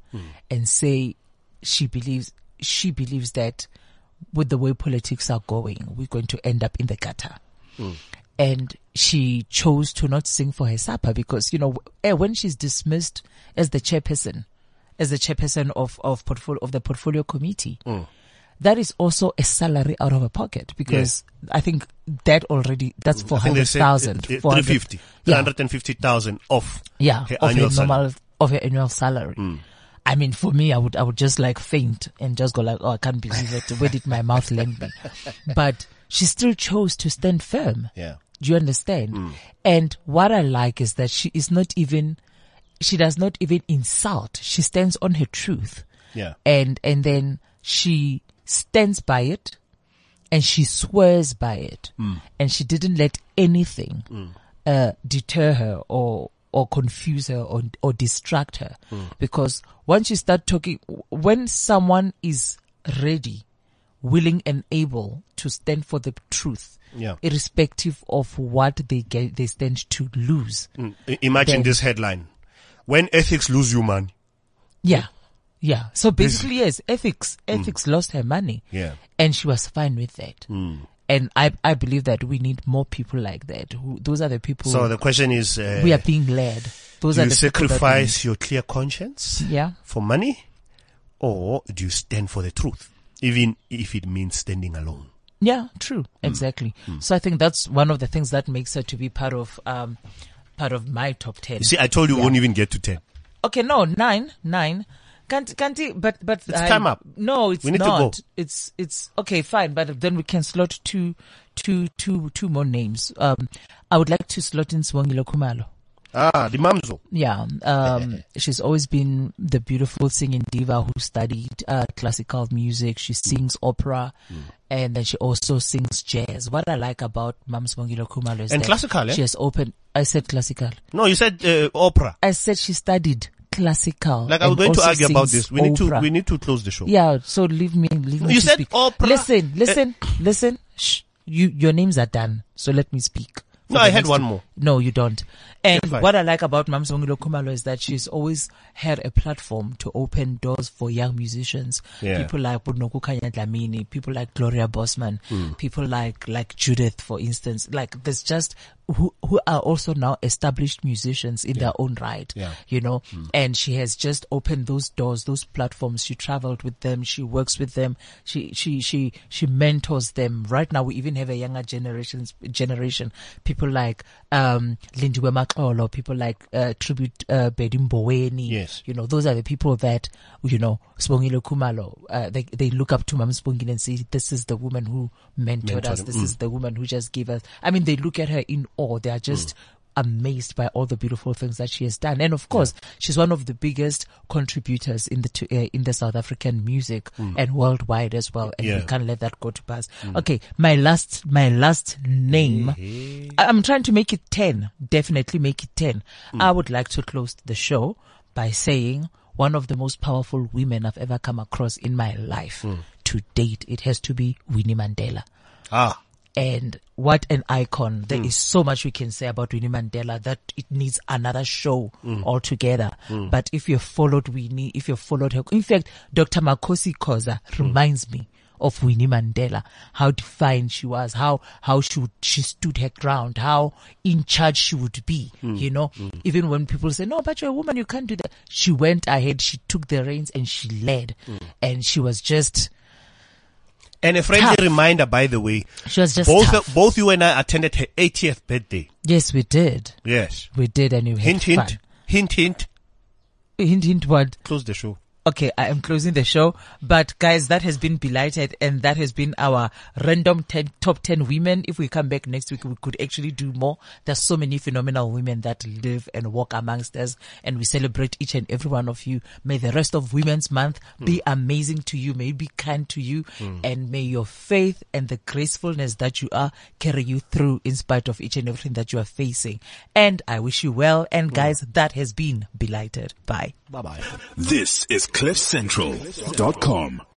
and say she believes she believes that with the way politics are going, we're going to end up in the gutter and she chose to not sing for her supper because you know eh, when she's dismissed as the chairperson as the chairperson of of portfolio of the portfolio committee
Mm.
that is also a salary out of her pocket because i think that already that's
I think they said, uh,
400,000 400
uh, 350.
yeah,
350,000 off.
yeah
her
of her normal
annual salary. Mm.
of her annual salary I mean, for me, I would, I would just like faint and just go like, oh, I can't believe it. Where did my mouth land me? But she still chose to stand firm.
Yeah. Mm.
Do you understand? And what I like is that she is not even, she does not even insult. She stands on her truth.
Yeah.
And, and then she stands by it and she swears by it. And she didn't let anything, uh, deter her or, or confuse her or, or distract her. Because once you start talking, when someone is ready, willing and able to stand for the truth,
Yeah.
irrespective of what they get, they stand to lose.
Mm, I- Imagine
Then-
this headline. When ethics lose you money.
Yeah. Yeah. So basically, yes, ethics, ethics lost her money.
Mm. Yeah. Mm.
And she was fine with that. And I, I believe that we need more people like that. Who, those are the people
So the question is, uh,
Mm. we are being led. Those
do
are
you
the people that we-
sacrifice your clear conscience
Yeah.
for money or do you stand for the truth? Even if it means standing alone.
Yeah, true,
Mm.
exactly. So I think that's one of the things that makes her to be part of um, part of my top ten.
You see, I told you we won't even get to 10.
Okay, no, nine, nine. Can't, can't, he- but, but. It's
time up.
No, it's
We need to
not.
go.
It's, it's, okay, fine, but then we can slot two, two, two, two more names. Um, I would like to slot in Swangilo Kumalo.
Ah, the mamzo.
Yeah, um, she's always been the beautiful singing diva who studied uh, classical music. She sings opera,
Hmm.
and then she also sings jazz. What I like about Mams Mongilo Kumalo is
And
that
classical, eh?
She has opened. I said classical.
No, you said uh, opera.
I said she studied classical.
Like I was
and
going to
also
argue about
sings
this. We need
opera.
to we need to close the show.
Yeah, so leave me. Leave me.
you
to
said
speak.
opera. Eh.
Listen, listen, listen. Shh. You, your names are done. So let me speak. for
No,
the
I had
next
one
two-
more.
No, you don't. And
You're fine.
what I like about Mamsongilo Kumalo is that she's always had a platform to open doors for young musicians.
Yeah.
People like Bunokukanya Dlamini, people like Gloria Bosman,
Hmm.
people like, like Judith, for instance. Like there's just who, who are also now established musicians in their own right
Yeah. Hmm.
you know, and she has just opened those doors, those platforms. She traveled with them. She works with them. She, she, she, she mentors them. Right now, we even have a younger generations, generation, people like, um, Lindiwe Makolo, people like, uh, Tribute, uh, Bedim Boweni.
Yes.
You know, those are the people that, you know, Spongile Kumalo, uh, they, they look up to Mam Spongile and say, this is the woman who mentored,
Mentored
us.
him. Mm.
This is the woman who just gave us. I mean, they look at her in awe. They are just amazed by all the beautiful things that she has done. And of course, she's one of the biggest contributors in the, to, uh, in the South African music and worldwide as well. And
Mm. Yeah. Mm.
we can't let that go to pass. Okay. My last, my last name. I- I'm trying to make it 10. Definitely make it 10. I would like to close the show by saying one of the most powerful women I've ever come across in my life to date. It has to be Winnie Mandela
Ah,
and what an icon.
Hmm.
There is so much we can say about Winnie Mandela that it needs another show
Hmm.
altogether. But if you followed Winnie, if you followed her, in fact, Dr. Makosi Koza
Hmm.
reminds me of Winnie Mandela, how defined she was, how, how she would, she stood her ground, how in charge she would be,
Hmm.
you know, even when people say, no, but you're a woman, you can't do that. She
Hmm.
went ahead, she took the reins and she led and she was just,
And a friendly reminder, by the way,
She was just
both
tough.
both you and I attended her 80th birthday.
Yes, we did.
Yes.
We did, and we had
Hint, hint,
fun.
hint, hint.
Hint, hint. What?
Close the show.
Okay, I am closing the show. But guys, that has been Belighted and that has been our random 10, top 10 women. If we come back next week, we could actually do more. There's so many phenomenal women that live and walk amongst us and we celebrate each and every one of you. May the rest of Women's Month be amazing to you. May it be kind to you and may your faith and the gracefulness that you are carry you through in spite of each and everything that you are facing. And I wish you well. And guys, that has been Belighted. Bye.
Bye bye.
This is CliffCentral.com.